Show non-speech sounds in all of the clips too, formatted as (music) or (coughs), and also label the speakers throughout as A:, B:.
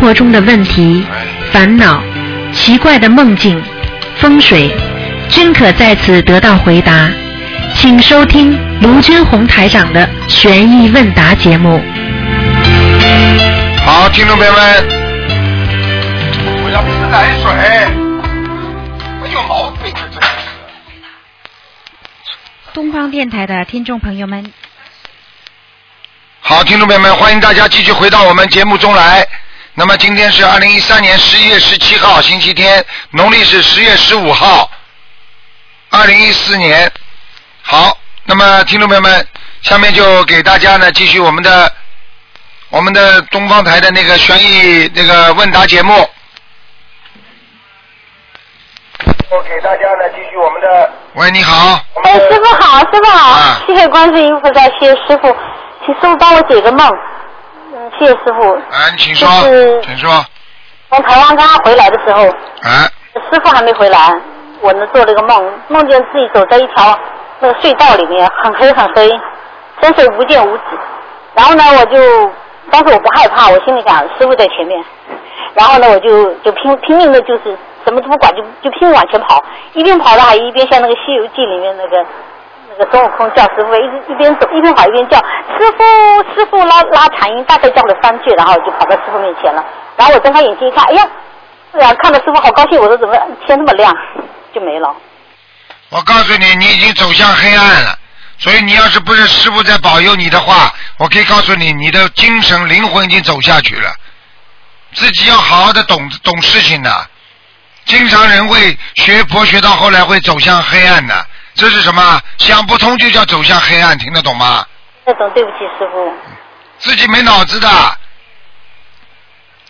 A: 活中的问题、烦恼、奇怪的梦境、风水，均可在此得到回答。请收听卢军红台长的《悬疑问答》节目。
B: 好，听众朋友们，我要吃奶水，我有毛病啊，真的是。
C: 东方电台的听众朋友们，
B: 好，听众朋友们，欢迎大家继续回到我们节目中来。那么今天是二零一三年十一月十七号，星期天，农历是十月十五号，二零一四年。好，那么听众朋友们，下面就给大家呢继续我们的我们的东方台的那个悬疑那个问答节目。我给大家呢继续我们的。喂，你好。
D: 哎，师傅好，师傅好，
B: 啊
D: 谢谢观世音菩萨，谢谢师傅，请师傅帮我解个梦，嗯，谢谢师傅。
B: 啊，你请
D: 就是
B: 说，请说。
D: 从台湾刚刚回来的时候，
B: 啊，
D: 师傅还没回来，我呢做了一个梦，梦见自己走在一条那个隧道里面，很黑很黑，伸手不见五指。然后呢，我就，但是我不害怕，我心里想师傅在前面。然后呢，我就就拼拼命的，就是什么都不管，就就拼命往前跑，一边跑的还一边像那个《西游记》里面那个那个孙悟空叫师傅，一直一边走一边跑一边叫师傅师傅拉拉长音，大概叫了三句，然后我就跑到师傅面前了。然后我睁开眼睛一看，哎呀，然后看到师傅好高兴，我说怎么天这么亮，就没了。
B: 我告诉你，你已经走向黑暗了。所以你要是不是师傅在保佑你的话，我可以告诉你，你的精神灵魂已经走下去了。自己要好好的懂懂事情的。经常人会学佛学到后来会走向黑暗的，这是什么？想不通就叫走向黑暗，听得懂吗？
D: 那种对不起师傅，
B: 自己没脑子的，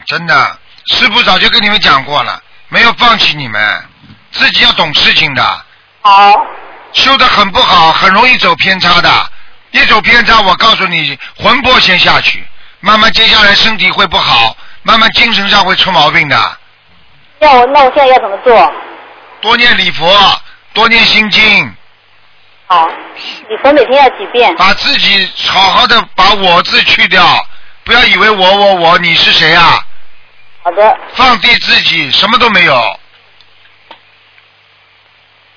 B: 真的，师傅早就跟你们讲过了，没有放弃你们，自己要懂事情的，
D: 好，
B: 修的很不好，很容易走偏差的，一走偏差，我告诉你，魂魄先下去，慢慢接下来身体会不好，慢慢精神上会出毛病的，
D: 要我那我现在要怎么做？
B: 多念礼佛，多念心经，
D: 好，你佛每天要几遍？
B: 把自己好好的把我字去掉，不要以为我我我你是谁啊？
D: 好的，
B: 放低自己，什么都没有。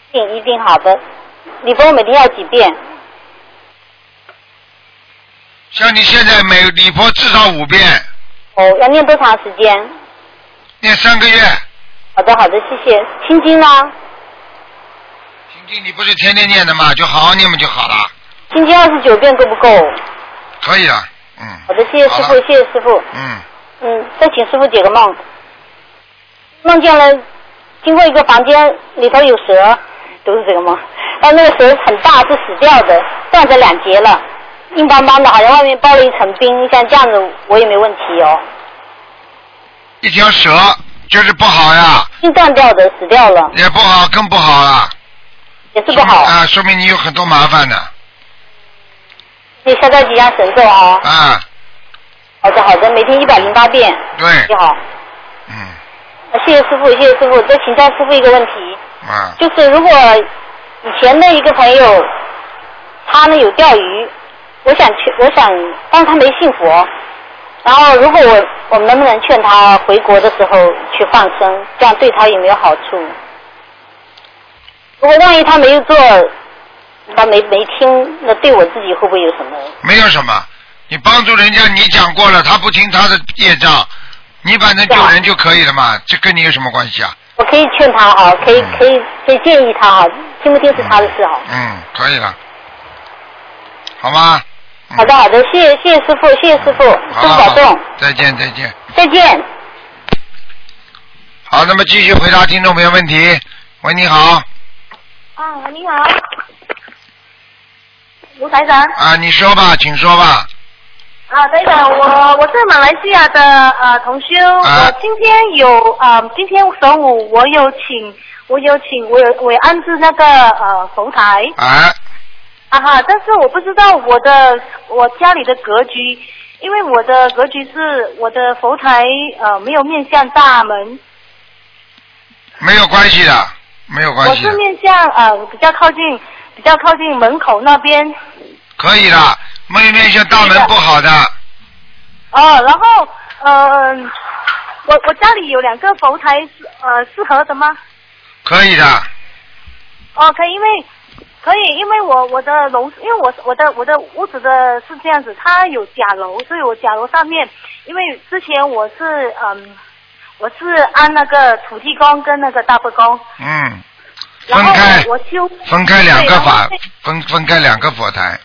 D: 一定一定好的。你佛每天要几遍？
B: 像你现在每礼佛至少五遍，
D: 哦，要念多长时间？
B: 念三个月。
D: 好的，好的，谢谢。心经呢？
B: 婷婷，你不是天天念的吗？就好好念不就好了？
D: 心经二十九遍够不够？
B: 可以了，嗯。
D: 好的，谢谢师
B: 好
D: 傅
B: 了，
D: 谢谢师傅。
B: 嗯，
D: 嗯，再请师傅解个梦。梦见了，经过一个房间，里头有蛇，都是这个梦。但那个蛇很大，是死掉的，断成两截了，硬邦邦的，好像外面包了一层冰。像这样子，我也没问题哦。
B: 一条蛇就是不好呀，
D: 筋断掉的，死掉了，
B: 也不好，更不好了。
D: 也是不好。
B: 啊，说明你有很多麻烦的
D: 你消灾吉祥神咒啊。
B: 啊。
D: 好的，好的，每天一百零八遍。
B: 对
D: 你，好，
B: 嗯，
D: 谢谢师傅，谢谢师傅。再请教师傅一个问题。
B: 啊，
D: 就是如果以前的一个朋友，他呢有钓鱼，我想劝，我想，但是他没信佛。然后，如果我我们能不能劝他回国的时候去放生，这样对他有没有好处？如果万一他没有做，他没没听，那对我自己会不会有什么？
B: 没有什么，你帮助人家，你讲过了，他不听他的业障，你反正救人就可以了嘛，这跟你有什么关系啊？
D: 我可以劝他哈，可以
B: 嗯
D: 可以可以建议他哈，听不听是他的事哈。
B: 嗯，可以了，好吗？嗯
D: 好的好的，谢谢谢谢师傅，谢谢师傅，
B: 好了
D: 师傅保
B: 好了
D: 重，
B: 再见再见。
D: 再见。
B: 好，那么继续回答听众朋友问题。喂，你好，
E: 啊，喂你好，卢台长。
B: 啊，你说吧，请说吧。
E: 啊，台长，我我是马来西亚的呃同修，
B: 啊
E: 我今天有呃，今天中午我有请，我有请，我有我有安置那个呃佛台
B: 啊，
E: 啊哈，但是我不知道我的我家里的格局，因为我的格局是我的佛台呃没有面向大门，
B: 没有关系的，没有
E: 我
B: 关系啊
E: 是
B: 的，
E: 面向呃比较靠近比较靠近门口那边，
B: 可以的。没有面向大门不好的，
E: 哦，然后呃，我我家里有两个佛台，呃，适合的吗？
B: 可以的，
E: 哦，可以，因为可以，因为我我的楼，因为我我的我的屋子的是这样子，它有甲楼，所以我甲楼上面，因为之前我是嗯，我是按那个土地公跟那个大伯公，
B: 嗯，
E: 然
B: 分
E: 后
B: 开
E: 我我修
B: 分开两个法
E: 对然后，
B: 分分开两个佛台，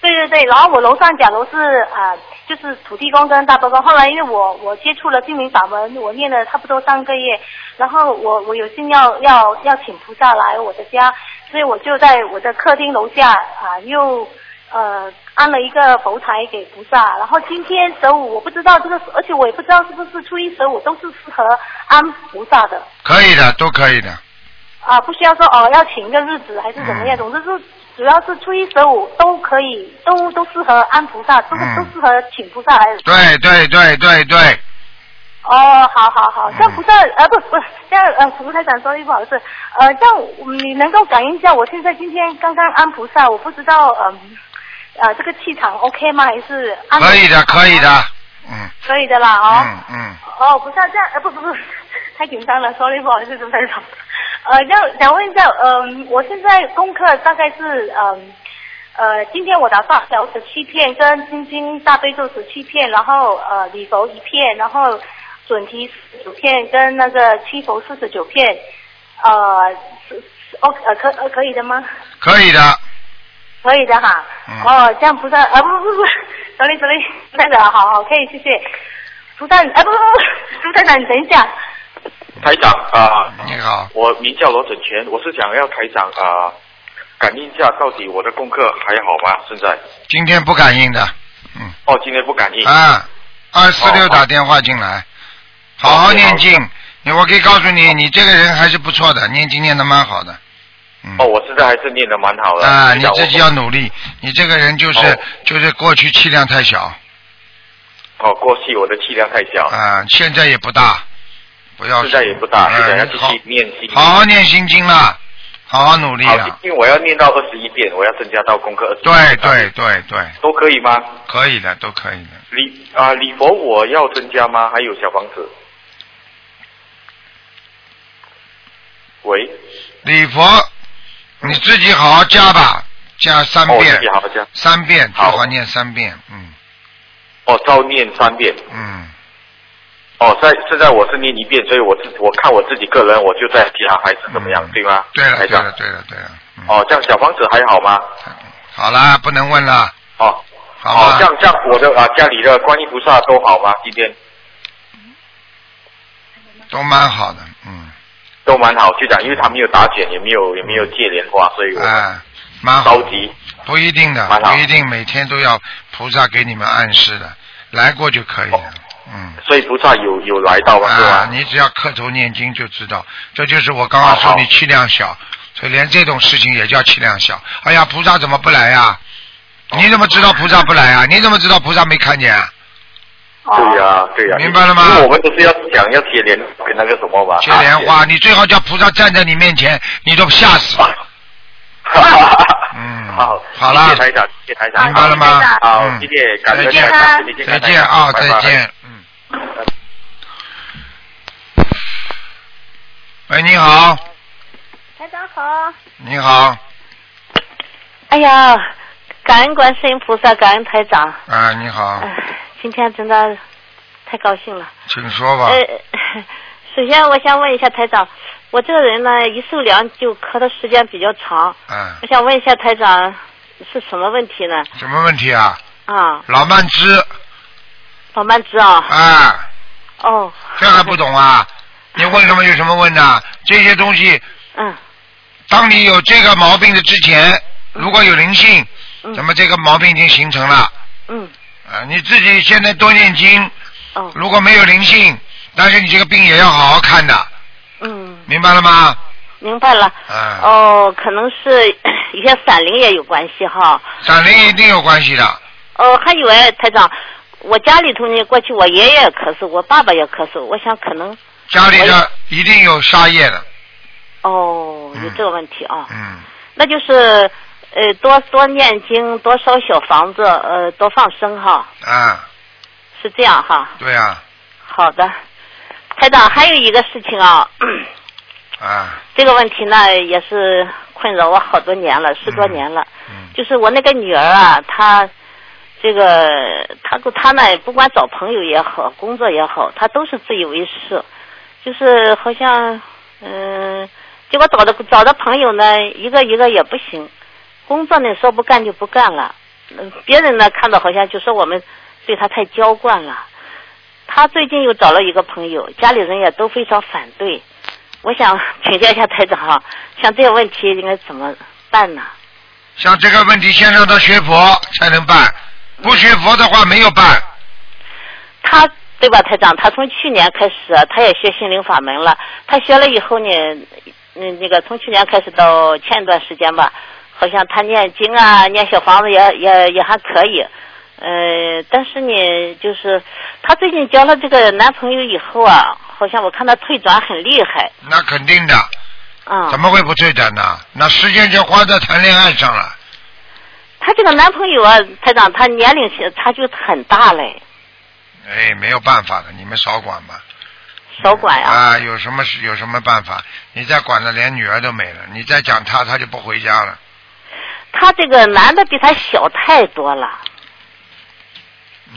E: 对对对，然后我楼上甲楼是啊、呃就是土地公跟大伯公。后来因为我我接触了净明法门，我念了差不多三个月，然后我我有幸要要要请菩萨来我的家，所以我就在我的客厅楼下啊、又呃安了一个佛台给菩萨。然后今天十五我不知道这个，而且我也不知道是不是初一十五都是适合安菩萨的。
B: 可以的，都可以的，
E: 啊，不需要说哦，要请一个日子还是怎么
B: 嗯
E: 样，总之是主要是初一十五都可以，都都适合安菩萨，都、
B: 嗯
E: 都适合请菩萨来。
B: 对对对对对，
E: 哦，好好
B: 嗯
E: 好，像菩萨呃不不，像呃菩萨长说一不好意思，呃，像嗯你能够感应一下，我现在今天刚刚安菩萨，我不知道嗯呃这个气场 OK 吗？还是安
B: 可以的，可以的，嗯
E: 可以的啦哦。
B: 嗯嗯，
E: 哦，不是啊这样，呃，不不不，太紧张了，sorry，不好意思，主持人。呃，要想问一下，嗯、我现在功课大概是，嗯、呃，今天我打算小十七片，跟心经大悲咒十七片，然后呃礼佛一片，然后准提十九片，跟那个七佛四十九片，呃，是是 O 呃可呃可以的吗？
B: 可以的，
E: 可以的哈。
B: 嗯
E: 哦，这样菩萨啊，不不不不，sorry sorry，菩萨长，啊好好，可以，谢谢。菩萨啊，不不不，菩萨长，你等一下。
F: 台长啊、
B: 你好，
F: 我名叫罗整全，我是想要台长啊、感应一下到底我的功课还好吗？现在
B: 今天不感应的，嗯
F: 哦，今天不感应。
B: 啊，二四六
F: 哦
B: 打电话进来，好好念经，你我可以告诉你，你这个人还是不错的，念经念的蛮好的，嗯
F: 哦，。我现在还是念的蛮好的。
E: 呃
B: 啊，
F: 台
B: 你
F: 长
B: 自己
F: 我
B: 要努力，你这个人就是、
F: 哦
B: 就是过去气量太小
F: 哦，过去我的气量太小，
B: 啊，现在也不大，不要
F: 现在也不大，
B: 啊
F: 现在要继续
B: 好
F: 念心经。
B: 好好念心经啦，好好努力
F: 好，
B: 啦，
F: 因为我要念到二十一遍，我要增加到功课二十。
B: 对对，对对，
F: 都可以吗？
B: 可以的，都可以的。
F: 礼啊，礼佛我要增加吗？还有小房子。喂，
B: 礼佛，你自己好好加吧，加三
F: 哦，我
B: 遍
F: 自己，好像
B: 三遍，最
F: 好
B: 好念三遍，嗯
F: 哦，照念三遍。
B: 嗯，
F: 哦，在现在我是念一遍，所以我自我看我自己个人，我就在其他还是怎么样，
B: 嗯
F: 对吗？
B: 对了
F: 台
B: 对
F: 长
B: 了对了对了，嗯，
F: 哦，这样小房子还好吗？
B: 好啦，不能问了，
F: 哦，
B: 好
F: 哦
B: 吧
F: 这，样这样我的啊家里的观音菩萨都好吗？今天
B: 都蛮好的，嗯，
F: 都蛮好，局长，因为他没有打卷，也没有也没有接莲花，所以我
B: 啊，蛮好
F: 着
B: 的。
F: 急。
B: 不一定的，
F: 蛮好
B: 不一定每天都要菩萨给你们暗示的，来过就可以
F: 哦
B: 了。嗯。
F: 所以菩萨有有来到吗？是
B: 啊，
F: 吧？
B: 你只要磕头念经就知道，这就是我刚刚
F: 好
B: 说
F: 好
B: 你气量小，所以连这种事情也叫气量小。哎呀，菩萨怎么不来呀、
F: 哦
B: 你怎么知道菩萨不来啊？你怎么知道菩萨没看见啊？
E: 哦、
F: 对呀、对呀、
B: 明白了吗
F: 因为我们不是要讲要接莲跟那个什么嘛？
B: 接莲花，你最好叫菩萨站在你面前，你都吓死
F: 啊
B: 了。嗯
F: 嗯好，
B: 好啦
F: 谢谢台长，谢谢台长，
B: 明白了吗？
F: 好，
B: 嗯
F: 谢谢，感
B: 再
F: 恩
B: 见
F: 台长，谢谢
B: 再
F: 台长
B: 见啊，
F: 拜
B: 再
F: 拜
B: 见。嗯。喂，你好，
G: 台长好。
B: 你好，
G: 哎呀，感恩观世音菩萨，感恩台长。
B: 啊，你好，
G: 哎，今天真的太高兴了。
B: 请说吧。
G: 呃，首先我想问一下台长，我这个人呢，一受凉就咳的时间比较长，
B: 嗯，
G: 呃我想问一下台长是什么问题呢？
B: 什么问题啊？
G: 啊，
B: 老慢支
G: 老慢支啊，
B: 啊，
G: 哦，
B: 这还不懂啊？你问什么有什么问的、这些东西，
G: 嗯
B: 当你有这个毛病的之前，如果有灵性，
G: 嗯
B: 那么这个毛病已经形成了。
G: 嗯，
B: 啊，你自己现在多念经，
G: 哦，
B: 如果没有灵性，但是你这个病也要好好看的，
G: 嗯，
B: 明白了吗？
G: 明白了。
B: 啊，
G: 哦，可能是 (coughs) 一些散灵也有关系哈。
B: 闪灵一定有关系的。
G: 哦，还有哎，台长，我家里头呢，过去我爷爷也咳嗽，我爸爸也咳嗽，我想可能
B: 家里
G: 哎
B: 的一定有杀业的，
G: 哦
B: 嗯
G: 有这个问题啊，
B: 嗯，
G: 那就是呃多多念经，多烧小房子，呃多放生哈，
B: 啊，
G: 是这样哈。
B: 对啊，
G: 好的，台长，还有一个事情啊， (clears throat)
B: 啊，
G: 这个问题呢也是困扰我好多年了，十多年了。
B: 嗯
G: 就是我那个女儿啊，她这个她她呢，不管找朋友也好，工作也好，她都是自以为是，就是好像嗯、结果找的找的朋友呢，一个一个也不行，工作呢说不干就不干了，嗯别人呢看到好像就说我们对她太娇惯了。她最近又找了一个朋友，家里人也都非常反对。我想请教一下台长哈，像这个问题应该怎么办呢？
B: 像这个问题，先让他学佛才能办，不学佛的话没有办。
G: 他对吧，台长？他从去年开始，啊他也学心灵法门了。他学了以后呢，嗯，那个从去年开始到前一段时间吧，好像他念经啊，念小房子也也也还可以。呃，但是呢，就是他最近交了这个男朋友以后啊，好像我看他退转很厉害。
B: 那肯定的，
G: 啊、
B: 怎
G: 嗯，
B: 么会不对的呢？那时间就花在谈恋爱上了。
G: 他这个男朋友啊，台长，他年龄是差距很大嘞，
B: 哎，没有办法的，你们少管吧。
G: 少管哎呀、
B: 啊，有什么事有什么办法？你再管了，连女儿都没了。你再讲他，他就不回家了。
G: 他这个男的比他小太多了。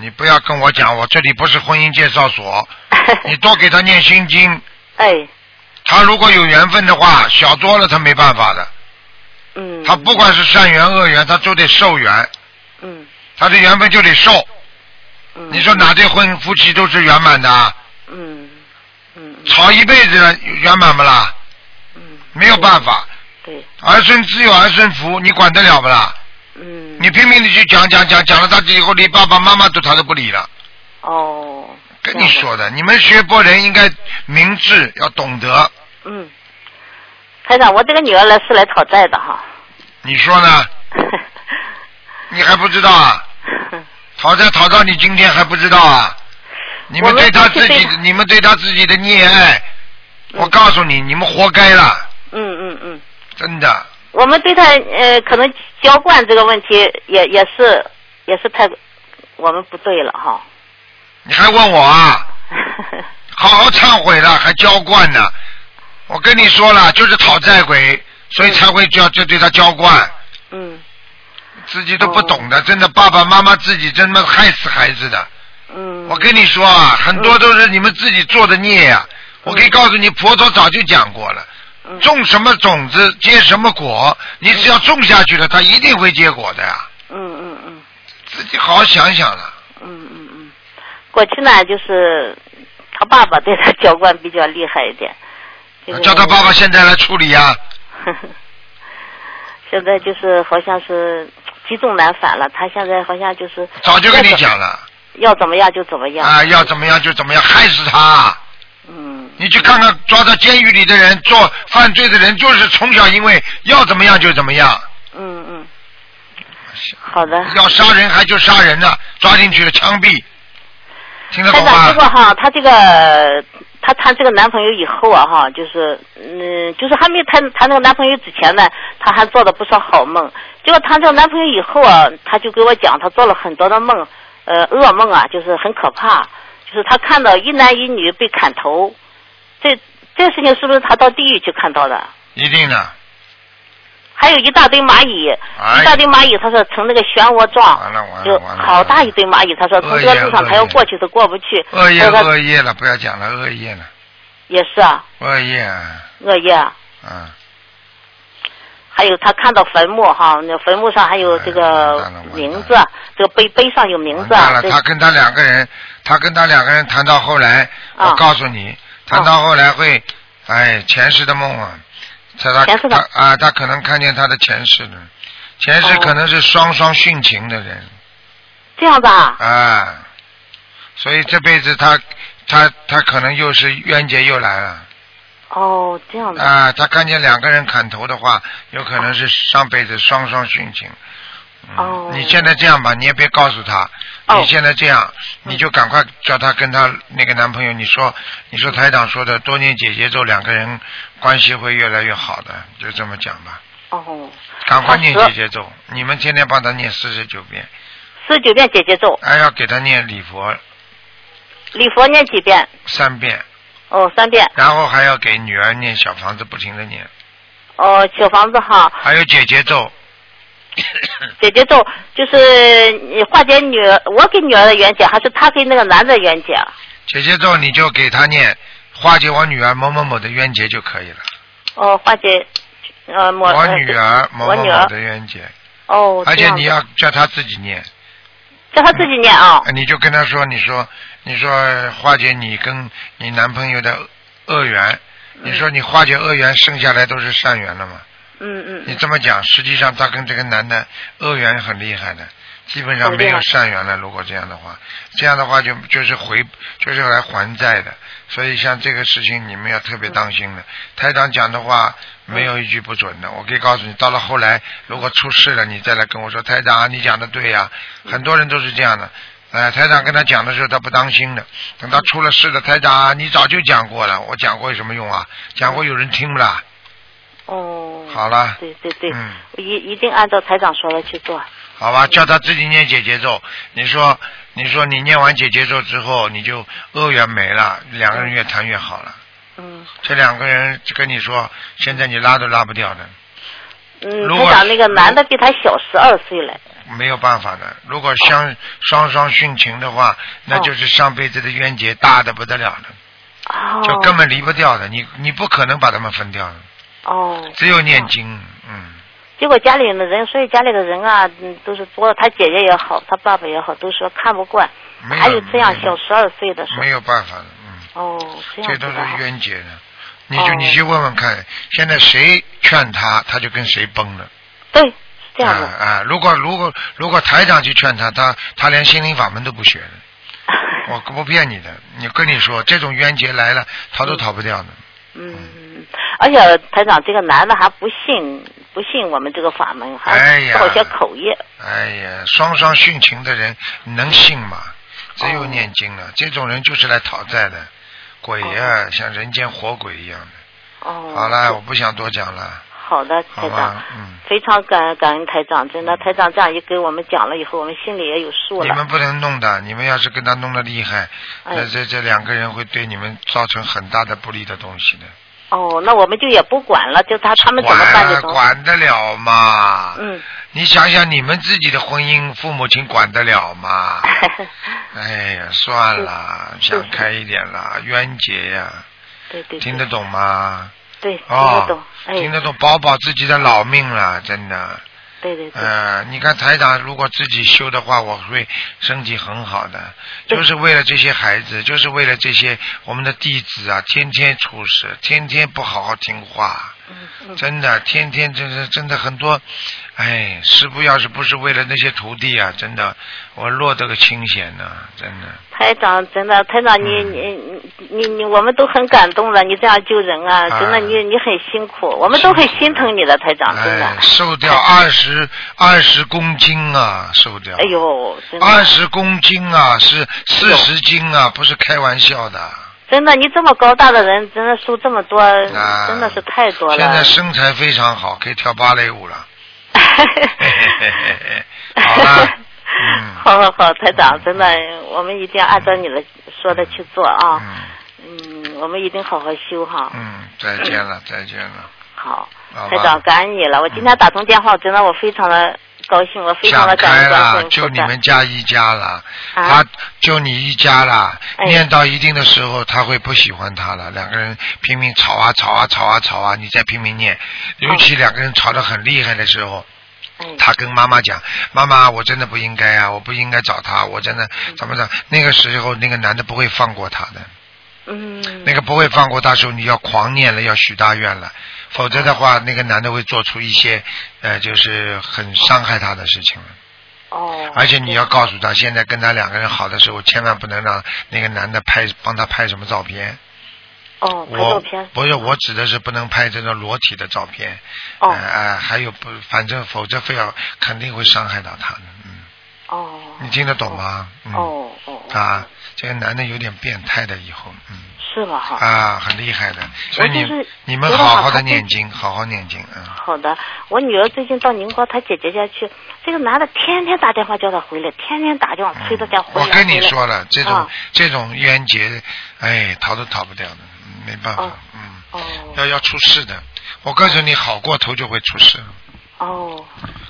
B: 你不要跟我讲，我这里不是婚姻介绍
G: (laughs)
B: 所。你多给他念心经，
G: 哎，
B: 他如果有缘分的话，小多了他没办法的。
G: 嗯，
B: 他不管是善缘恶缘，他都得受缘，
G: 嗯，
B: 他的缘分就得受。
G: 嗯，
B: 你说哪对婚夫妻都是圆满的啊？
G: 嗯？嗯嗯
B: 吵一辈子了圆满不啦？
G: 嗯，
B: 没有办法，
G: 对，
B: 儿孙自有儿孙福，你管得了不啦？
G: 嗯，
B: 你拼命的去讲讲讲讲了，他以后连爸爸妈妈都他都不理了。
G: 哦，
B: 跟你说的，你们学佛人应该明智，要懂得。
G: 这样的，嗯，台长，我这个女儿来是来讨债的哈，
B: 你说呢？你还不知道啊？讨债讨到你今天还不知道啊？你们
G: 我们
B: 对他
G: 不
B: 自
G: 是
B: 己
G: 对，
B: 你们对他自己的溺爱，
G: 嗯
B: 我告诉你，你们活该了，
G: 嗯嗯嗯，
B: 真的。
G: 我们对她呃，可能娇惯这个问题也也是也是太我们不对了哈，
B: 你还问我
G: (laughs)
B: 啊？好好忏悔了，还娇惯呢。我跟你说了，就是讨债鬼，所以才会叫就对他娇惯，
G: 嗯哦
B: 自己都不懂的，真的爸爸妈妈自己真的害死孩子的。
G: 嗯，
B: 我跟你说啊，很多都是你们自己做的孽呀、我可以告诉你，佛陀早就讲过了，
G: 嗯
B: 种什么种子结什么果，你只要种下去了，它一定会结果的呀、
G: 嗯嗯嗯。
B: 自己好好想想了。
G: 嗯嗯嗯，过去呢，就是他爸爸对他娇惯比较厉害一点。这个
B: 啊叫他爸爸。现在来处理呀、
G: (laughs) 现在就是好像是积重难返了，他现在好像就是
B: 早就跟你讲了
G: 要怎么样就怎么样。
B: 啊，要怎么样就怎么样，害死他。
G: 嗯
B: 你去看看抓到监狱里的人，做犯罪的人，就是从小因为要怎么样就怎么样，
G: 嗯嗯，好的。
B: 要杀人还就杀人了，抓进去了枪毙，听得
G: 台
B: 懂
G: 长，
B: 吗
G: 结？果哈，她这个她谈这个男朋友以后啊，哈，就是嗯，就是还没谈谈这个男朋友之前呢，她还做了不少好梦。结果谈这个男朋友以后啊，她就给我讲，她做了很多的梦，呃，噩梦啊，就是很可怕，就是她看到一男一女被砍头，这这事情是不是她到地狱去看到的？
B: 一定的，
G: 还有一大堆蚂蚁，
B: 哎
G: 一大堆蚂蚁，她说成那个漩涡状
B: 完了完了，
G: 就
B: 完了
G: 好大一堆蚂蚁，她说从这个路上她要过去都过不去，
B: 恶业
G: 她说
B: 恶业了，不要讲了，恶业了，
G: 也是啊。
B: 恶业啊，
G: 恶业，
B: 嗯，
G: 还有他看到坟墓哈，那坟墓上还有这个
B: 哎完蛋了完蛋了
G: 名字，这个碑碑上有名
B: 完
G: 字
B: 蛋了，
G: 这
B: 他跟他两个人，他跟他两个人谈到后来，
G: 啊
B: 我告诉你，谈到后来会，哎，前世的梦啊，他他
G: 前世的
B: 他啊，他可能看见他的前世了，前世
G: 哦
B: 可能是双双殉情的人、
G: 这样子啊，
B: 啊，所以这辈子他他他可能又是冤结又来了
G: 哦，这样的，
B: 啊，他看见两个人砍头的话，有可能是上辈子双双殉情。嗯
G: 哦
B: 你现在这样吧，你也别告诉他。
G: 哦嗯
B: 你现在这样，你就赶快叫他跟他那个男朋友，你说，你说台长说的，多念姐姐咒，两个人关系会越来越好的，就这么讲吧。
G: 哦，
B: 赶快念
G: 好
B: 姐姐咒，你们天天帮他念四十九遍，
G: 四十九遍姐姐咒，
B: 还要给他念礼佛
G: 礼佛念几遍？
B: 三遍，
G: 哦，三遍。
B: 然后还要给女儿念小房子，不停的念，
G: 哦，小房子哈，
B: 还有姐姐咒。
G: 姐姐咒就是你化解女儿，我给女儿的冤结，还是她给那个男的冤结？
B: 姐姐咒你就给她念，化解我女儿某某某的冤结就可以了。
G: 哦，化解，呃，我
B: 我女儿某
G: 我
B: 某
G: 女
B: 某
G: 儿
B: 的冤结，
G: 哦，
B: 而且
G: 这样
B: 你
G: 子
B: 要叫她自己念，
G: 叫她自己念啊。
B: 你就跟她说，你说你说呃化解你跟你男朋友的恶缘，你说你化解恶缘，剩下来都是善缘了嘛？
G: 嗯嗯
B: 你
G: 嗯，
B: 这么讲，实际上她跟这个男的恶缘很厉害的，基本上没有善缘了。如果这样的话，这样的话就就是回就是来还债的。所以像这个事情，你们要特别当心的。台长讲的话没有一句不准的，我可以告诉你，到了后来如果出事了，你再来跟我说，台长啊你讲的对呀、很多人都是这样的。哎，台长跟他讲的时候，他不当心的。等他出了事了，台长啊，你早就讲过了，我讲过有什么用啊？讲过有人听不啦？
G: 哦，
B: 好了，
G: 对对对，
B: 嗯
G: 一一定按照台长说的去做。
B: 好吧，叫他自己念解结咒。你说，你说你念完解结咒之后，你就恶缘没了，两个人越谈越好了。
G: 嗯
B: 这两个人跟你说，现在你拉都拉不掉的，
G: 嗯，
B: 如果
G: 台长那个男的比他小十二岁嘞。
B: 没有办法的。如果相双双殉情的
G: 哦
B: 话，那就是上辈子的冤结大的不得了的，
G: 哦。
B: 就根本离不掉的。你你不可能把他们分掉的，
G: 哦，
B: 只有念经。嗯，
G: 结果家里的人，所以家里的人啊，嗯都是多，他姐姐也好，他爸爸也好，都说看不惯，
B: 没
G: 哪有这样
B: 没
G: 小十二岁的说
B: 没？有办法的。嗯。
G: 哦，这样
B: 这都
G: 子的
B: 是
G: 哈。
B: 冤结的。你就
G: 哦
B: 你去问问看，现在谁劝他，他就跟谁崩了。
G: 对，是这样
B: 啊
G: 的。
B: 啊！如果如果如果台长去劝他，他他连心灵法门都不学的，
G: (laughs)
B: 我不骗你的。你跟你说，这种冤结来了，逃都逃不掉的。
G: 嗯，而且台长这个男的还不信，不信我们这个法门，
B: 哎
G: 还
B: 呀
G: 造些口业。
B: 哎呀，双双殉情的人能信吗？只有
G: 哦
B: 念经了，这种人就是来讨债的，鬼呀、像人间活鬼一样的。
G: 哦，
B: 好了，我不想多讲了，
G: 好的，
B: 好
G: 台长
B: 吧，？嗯。
G: 非常感恩感恩台长，真的台长这样一给我们讲了以后，我们心里也有数
B: 你们
G: 了。
B: 不能弄的，你们要是跟他弄得厉害，
G: 哎
B: 那这这两个人会对你们造成很大的不利的东西的。
G: 哦，那我们就也不管了，就他他们怎么办
B: 管
G: 就怎么办。
B: 管得了吗？
G: 嗯，
B: 你想想你们自己的婚姻，父母亲管得了
G: (laughs)
B: 吗？哎呀，算了，想开一点啦，冤结呀，
G: 嗯对对，对
B: 听得懂吗？
G: 对，听
B: 哦
G: 得懂，，哎，
B: 听得懂，保保自己的老命了，真的。
G: 对对对，
B: 呃，你看台长如果自己修的话，我会身体很好的，就是为了这些孩子，就是为了这些我们的弟子啊，天天出事，天天不好好听话，
G: 嗯
B: 真的，天天真是真的很多，哎，师傅要是不是为了那些徒弟啊，真的我落得个清闲呢、真的。
G: 台长真的，台长你
B: 嗯
G: 你你你你，我们都很感动的，你这样救人啊，
B: 啊
G: 真的你你很辛苦，我们都很心疼你的，台长真的
B: 哎，，瘦掉二十二十公斤啊，瘦掉。
G: 哎，呦，真的
B: 二十公斤啊，是四十斤啊，不是开玩笑的。
G: 真的，你这么高大的人，真的受这么多，
B: 啊
G: 真的是太多了。
B: 现在身材非常好，可以跳芭蕾舞
G: (laughs)
B: 了。嘿嘿嘿嘿嘿好了，嗯
G: 好好好，台长，真的，我们一定要按照你的说的去做啊。
B: 嗯
G: 嗯，我们一定好好修哈。
B: 嗯，再见了，再见了，
G: 好，
B: 好吧嗯
G: 台长，感恩你了。我今天打通电话，真的我非常的高兴，我非常
B: 想
G: 的感
B: 开
G: 恩观世
B: 了，
G: 音
B: 就
G: 菩
B: 你
G: 萨。
B: 们家一家了，
G: 啊
B: 他，就你一家了。
G: 哎
B: 念到一定的时候，他会不喜欢他了，两个人拼命吵啊吵啊吵啊吵啊，你再拼命念，尤其两个人吵得很厉害的时候。
G: 哎，
B: 他跟妈妈讲：“妈妈，我真的不应该啊，我不应该找他，我真的怎么的？那个时候，那个男的不会放过他的，
G: 嗯，
B: 那个不会放过他的时候，你要狂念了，要许大愿了，否则的
G: 啊
B: 话，那个男的会做出一些呃，就是很伤害他的事情了。
G: 哦，
B: 而且你要告诉他，现在跟他两个人好的时候，千万不能让那个男的拍帮他拍什么照片。
G: 哦，拍照
B: 我
G: 片，
B: 不是我指的是不能拍这种裸体的照片，
G: 哦
B: 呃呃，还有不，反正否则非要肯定会伤害到他的。嗯，
G: 哦，
B: 你听得懂吗？嗯、
G: 哦哦，哦
B: 啊，，这个男的有点变态的，以后嗯。
G: 是了哈。
B: 啊，很厉害的，所以你
G: 哦就是
B: 你们
G: 觉得
B: 好
G: 好
B: 好的
G: 看
B: 念经，好好念经啊。
G: 好的，我女儿最近到宁波她姐姐家去，这个男的天天打电话叫她回来，天天打电话催她叫回来。
B: 我跟你
G: 回来
B: 说了，这种、
G: 啊
B: 这种冤结，哎，逃都逃不掉的。嗯没办法
G: 哦，
B: 嗯，
G: 哦
B: 要要出事的。我告诉你，好过头就会出事，
G: 哦，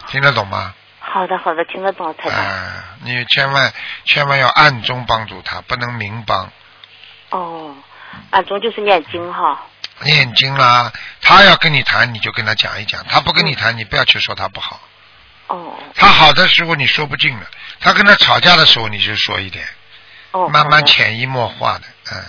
B: 听得懂吗？
G: 好的好的，听得懂台
B: 哎、
G: 长。
B: 你千万千万要暗中帮助他，不能明帮。
G: 哦，暗中就是念经哈。
B: 念经啦，他要跟你谈，你就跟他讲一讲；他不跟你谈，你不要去说他不好。
G: 嗯哦
B: 他好的时候你说不尽了，他跟他吵架的时候你就说一点，
G: 哦，
B: 慢慢啊
G: 好的
B: 潜移默化的，嗯，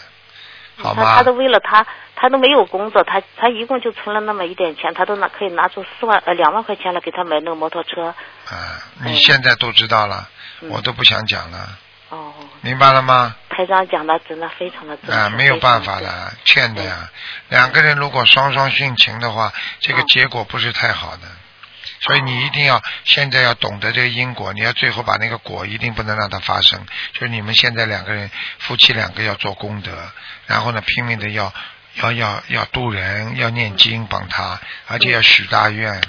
B: 好
G: 他
B: 吗嗯
G: 他都？为了他，他都没有工作，他他一共就存了那么一点钱，他都拿可以拿出四万呃两万块钱来给他买那个摩托车。
B: 啊，
G: 嗯
B: 你现在都知道了，
G: 嗯
B: 我都不想讲了，
G: 哦，
B: 明白了吗？
G: 台长讲的真的非常的准确。
B: 啊，没有
G: 非常
B: 办
G: 地
B: 法
G: 准。
B: 的，欠的呀。
G: 嗯
B: 两个人如果双双殉情的话，这个结果不是太好的。所以你一定要现在要懂得这个因果，你要最后把那个果一定不能让它发生。就是你们现在两个人夫妻两个要做功德，然后呢拼命的要要要要渡人，要念经帮他，而且要许大愿，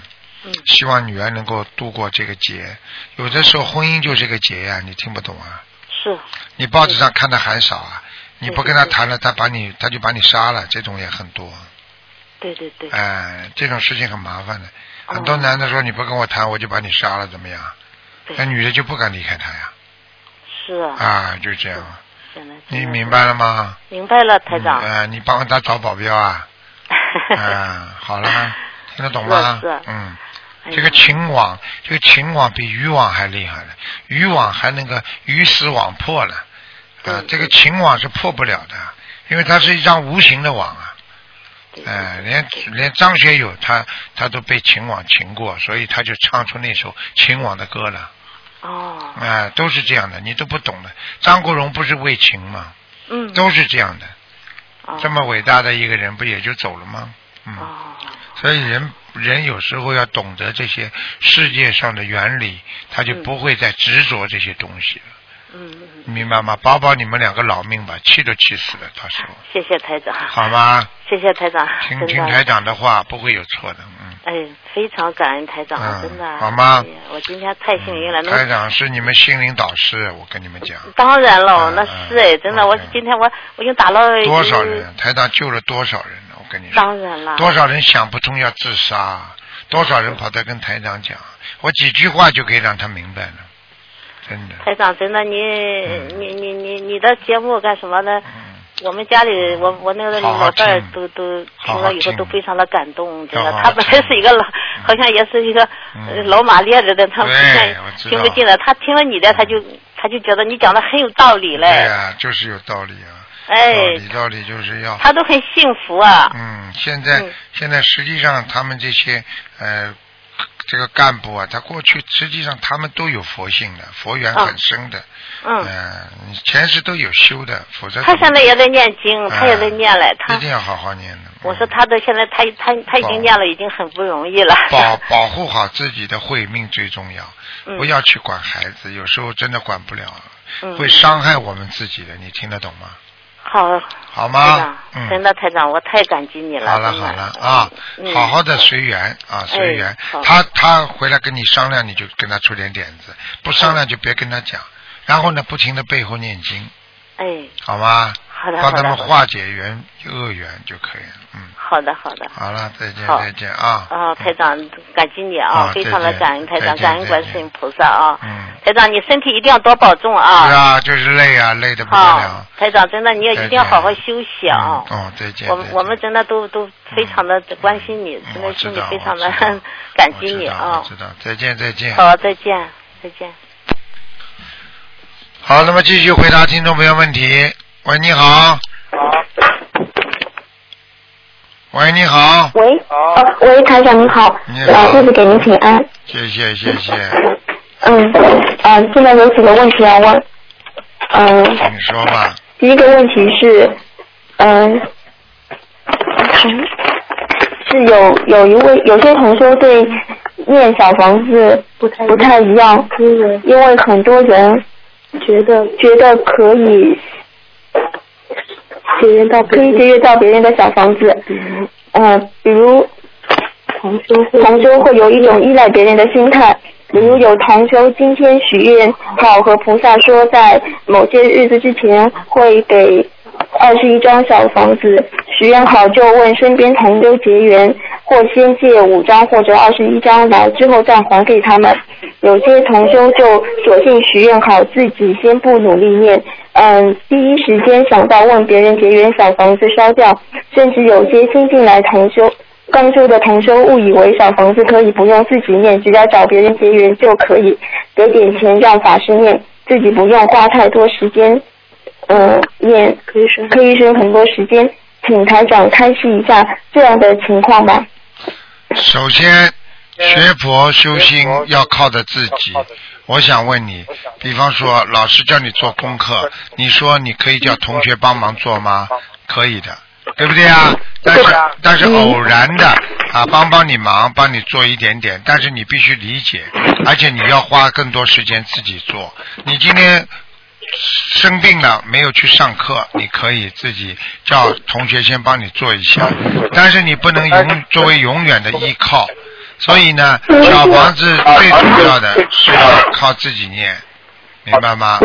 G: 嗯
B: 希望女儿能够度过这个劫。有的时候婚姻就是个劫呀、你听不懂啊？
G: 是，
B: 你报纸上看的很少啊，你不跟他谈了，他把你他就把你杀了，这种也很多。
G: 对对对。
B: 哎、这种事情很麻烦的。
G: 哦
B: 很多男的说你不跟我谈，我就把你杀了，怎么样？
G: 对
B: 那女的就不敢离开他呀。
G: 是啊，
B: 啊，就这样。
G: 真的。真
B: 你
G: 的
B: 明白了吗？
G: 明白了，台
B: 嗯
G: 长。
B: 哎你帮他找保镖
G: (laughs)
B: 啊？啊，好啦，听得懂吗？
G: 是啊是
B: 嗯。
G: 哎呀
B: 这个情网，这个情网比渔网还厉害了，渔网还那个鱼死网破了，啊
G: 对，
B: 这个情网是破不了的，因为它是一张无形的网啊，
G: 对
B: 哎、连连张学友他他都被情网情过，所以他就唱出那首情网的歌了，
G: 哦，
B: 哎、都是这样的，你都不懂的。张国荣不是为情吗？
G: 嗯，
B: 都是这样的，
G: 哦
B: 这么伟大的一个人不也就走了吗？嗯。
G: 哦，
B: 所以人人有时候要懂得这些世界上的原理，他就不会再执着这些东西了，
G: 嗯嗯，
B: 明白吗？保保你们两个老命吧，气都气死了，到时候
G: 谢谢台长，
B: 好吗？
G: 谢谢台长，
B: 听
G: 啊真
B: 听
G: 的。
B: 台长的话，不会有错的，嗯。
G: 哎，非常感恩台长，
B: 嗯
G: 真的。
B: 好吗
G: 哎呀我今天太幸运了，能
B: 台长是你们心灵导师，我跟你们讲，
G: 当然了，
B: 嗯
G: 那是哎，真的，
B: 嗯
G: 我
B: 嗯
G: 今天我我已经打了已经
B: 多少人，台长救了多少人了，我跟你说。
G: 当然了，
B: 多少人想不通要自杀，多少人跑到跟台长讲，我几句话就可以让他明白了，真的。
G: 台长，真的你、
B: 嗯
G: 你你你你的节目干什么呢？
B: 嗯，
G: 我们家里，我我那个
B: 好好
G: 老伴儿
B: 听
G: 都都
B: 好好
G: 听了以后
B: 听
G: 都非常的感动，真的。
B: 好好
G: 他本来
B: 听
G: 是一个老，好像也是一个
B: 嗯
G: 呃老马列着的，他
B: 对
G: 不见
B: 我知道嗯
G: 听不进来。他听了你的，他就他就觉得你讲的很有道理
B: 对
G: 嘞，
B: 呀、就是有道理啊。
G: 哎
B: 道，理道理就是要。
G: 他都很幸福啊。
B: 嗯，现在、
G: 嗯
B: 现在实际上他们这些呃这个干部啊，他过去实际上他们都有佛性的，佛缘
G: 嗯
B: 很深的，
G: 嗯，
B: 呃你前世都有修的，否则
G: 他现在也在念经，他也在念嘞
B: 了，，
G: 他
B: 一定要好好念的。
G: 我说
B: 嗯
G: 他的现在他他他已
B: 保
G: 经念了，已经很不容易了。
B: 保保护好自己的慧命最重要，
G: 嗯
B: 不要去管孩子，有时候真的管不了，
G: 嗯
B: 会伤害我们自己的，你听得懂吗？
G: 好，
B: 好
G: 台
B: 吗
G: 长？，
B: 嗯，
G: 真的台长，我太感激你了。
B: 好了
G: 真的
B: 好了啊，
G: 嗯
B: 好好的随缘啊，随缘。
G: 好
B: 他他回来跟你商量，你就跟他出点点子；不商量就别跟他讲。
G: 嗯
B: 然后呢，不停的背后念经，
G: 哎，
B: 好吗？
G: 好的，
B: 帮
G: 好
B: 他
G: 的，
B: 们
G: 好的
B: 化解缘恶缘就可以了。嗯，
G: 好的，好的。
B: 好了，再见
G: 好
B: 再见啊。
G: 啊，台长，感激你啊
B: 啊，
G: 非常
B: 再
G: 的
B: 见
G: 感恩台
B: 再
G: 长，
B: 见
G: 感恩观
B: 再
G: 世
B: 见
G: 音菩萨啊。
B: 嗯，
G: 台长，你身体一定要多保重啊。
B: 是啊，就是累啊，累的不得
G: 好
B: 了。，
G: 台长，真的你也
B: 再
G: 一定要好好
B: 见
G: 休息
B: 嗯
G: 啊。
B: 哦，再见。
G: 我们
B: 再见
G: 我们真的都都非常的关心你，
B: 嗯
G: 真
B: 我
G: 的
B: 知
G: 心里
B: 道
G: 非
B: 我
G: 常
B: 知
G: 的
B: 道
G: (laughs) 感
B: 我
G: 激
B: 知
G: 你
B: 道
G: 啊
B: 我。知道，再见再见。
G: 好，再见，再见。
B: 好，那么继续回答听众朋友问题。喂，你好。喂，你好。
H: 喂，呃喂，台长您好，
B: 你好
H: 呃，弟子给您请安。
B: 谢谢谢谢，
H: 嗯，呃，现在有几个问题要问。嗯、
B: 你说吧。
H: 第一个问题是，嗯、嗯是有有一位有些同修对念小房子不太不太一样，因为因为很多人觉得觉得可以节约到可以节约到别人的小房子，嗯、比如同修同修会有一种依赖别人的心态。比如有同修今天许愿好和菩萨说，在某些日子之前会给二十一张小房子，许愿好就问身边同修结缘，或先借五张或者二十一张来，之后再还给他们。有些同修就索性许愿好，自己先不努力念，嗯，第一时间想到问别人结缘小房子烧掉，甚至有些新进来同修。刚修的同修误以为小房子可以不用自己念，只要找别人结缘就可以，给点钱让法师念，自己不用花太多时间，呃，念可以省可以省很多时间，请台长开示一下这样的情况吧。
B: 首先，学佛修心要靠着自己。我想问你，比方说老师叫你做功课，你说你可以叫同学帮忙做吗？可以的，对不对啊？但是但是偶然的啊，帮帮你忙，帮你做一点点，但是你必须理解，而且你要花更多时间自己做。你今天生病了没有去上课，你可以自己叫同学先帮你做一下，但是你不能永作为永远的依靠。所以呢，小房子最
F: 啊
B: 主要的是要靠自己念，明白吗？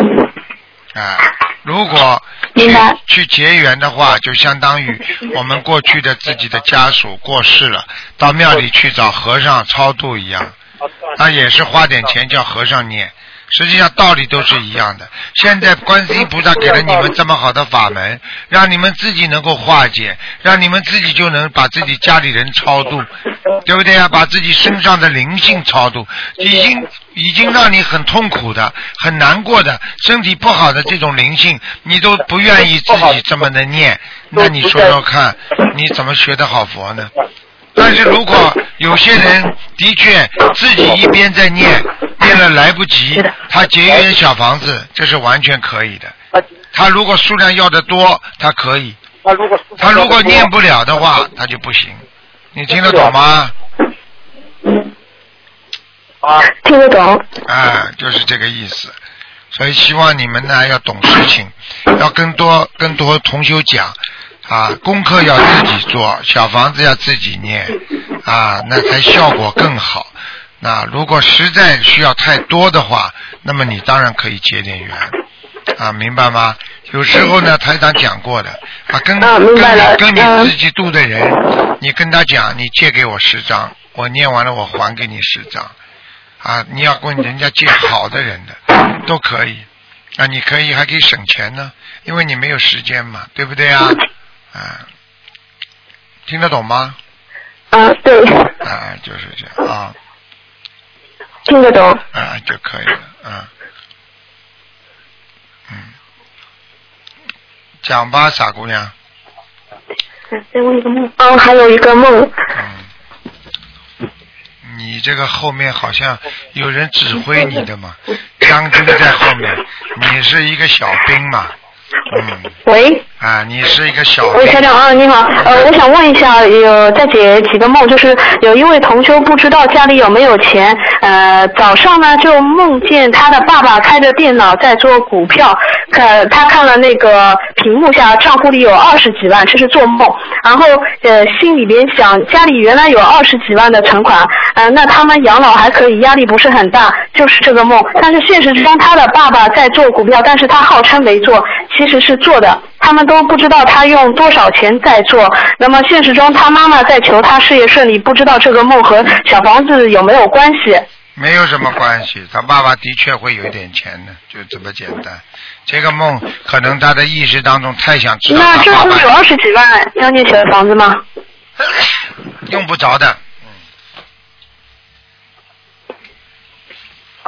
B: 啊，如果去
H: 明白
B: 去结缘的话，就相当于我们过去的自己的家属过世了，到庙里去找和尚超度一样，那也是花点钱叫和尚念。实际上道理都是一样的。现在观世音菩萨给了你们这么好的法门，让你们自己能够化解，让你们自己就能把自己家里人超度，对不对啊？把自己身上的灵性超度，已经已经让你很痛苦的、很难过的、身体不好的这种灵性，你都不愿意自己这么的念，那你说说看，你怎么学得好佛呢？但是如果有些人的确自己一边在念，念了来不及，他结缘小房子，这是完全可以的。他如果数量要的多，他可以；
I: 他如果
B: 他如果念不了的话，他就不行。你听得懂吗？
I: 啊，
H: 听得懂？
B: 啊，就是这个意思。所以希望你们呢要懂事情，要跟多跟多同修讲啊，功课要自己做，小房子要自己念啊，那才效果更好。那如果实在需要太多的话，那么你当然可以结点缘啊，明白吗？有时候呢，台长讲过的啊，跟
H: 啊
B: 跟
H: 明白了
B: 你跟
H: 嗯
B: 你自己度的人，你跟他讲，你借给我十张，我念完了我还给你十张。啊，你要跟人家借好的人的都可以，啊，你可以还可以省钱呢，因为你没有时间嘛，对不对啊？啊，听得懂吗？
H: 嗯、对，
B: 啊，就是这样啊，
H: 听得懂。
B: 啊就可以了，啊，嗯，讲吧，傻姑娘，
H: 再问一个梦。嗯，还有一个梦。
B: 嗯，你这个后面好像有人指挥你的嘛，将军在后
H: (laughs)
B: 面，你是一个小兵嘛，嗯。
H: 喂，
B: 啊，你是一个小
H: 喂，台长啊，你好，呃，我想问一下，有再解几个梦，就是有一位同修不知道家里有没有钱，呃，早上呢就梦见他的爸爸开着电脑在做股票，呃，他看了那个屏幕下账户里有二十几万，这是做梦，然后呃心里边想家里原来有二十几万的存款，呃，那他们养老还可以，压力不是很大，就是这个梦，但是现实中他的爸爸在做股票，但是他号称没做，其实是做的。他们都不知道他用多少钱在做。那么现实中，他妈妈在求他事业顺利，不知道这个梦和小房子有没有关系？
B: 没有什么关系，他爸爸的确会有一点钱的，就这么简单。这个梦可能他的意识当中太想知道
H: 那这
B: 他爸
H: 不是有
B: 爸
H: 二十几万要念小房子吗？
B: 用不着的，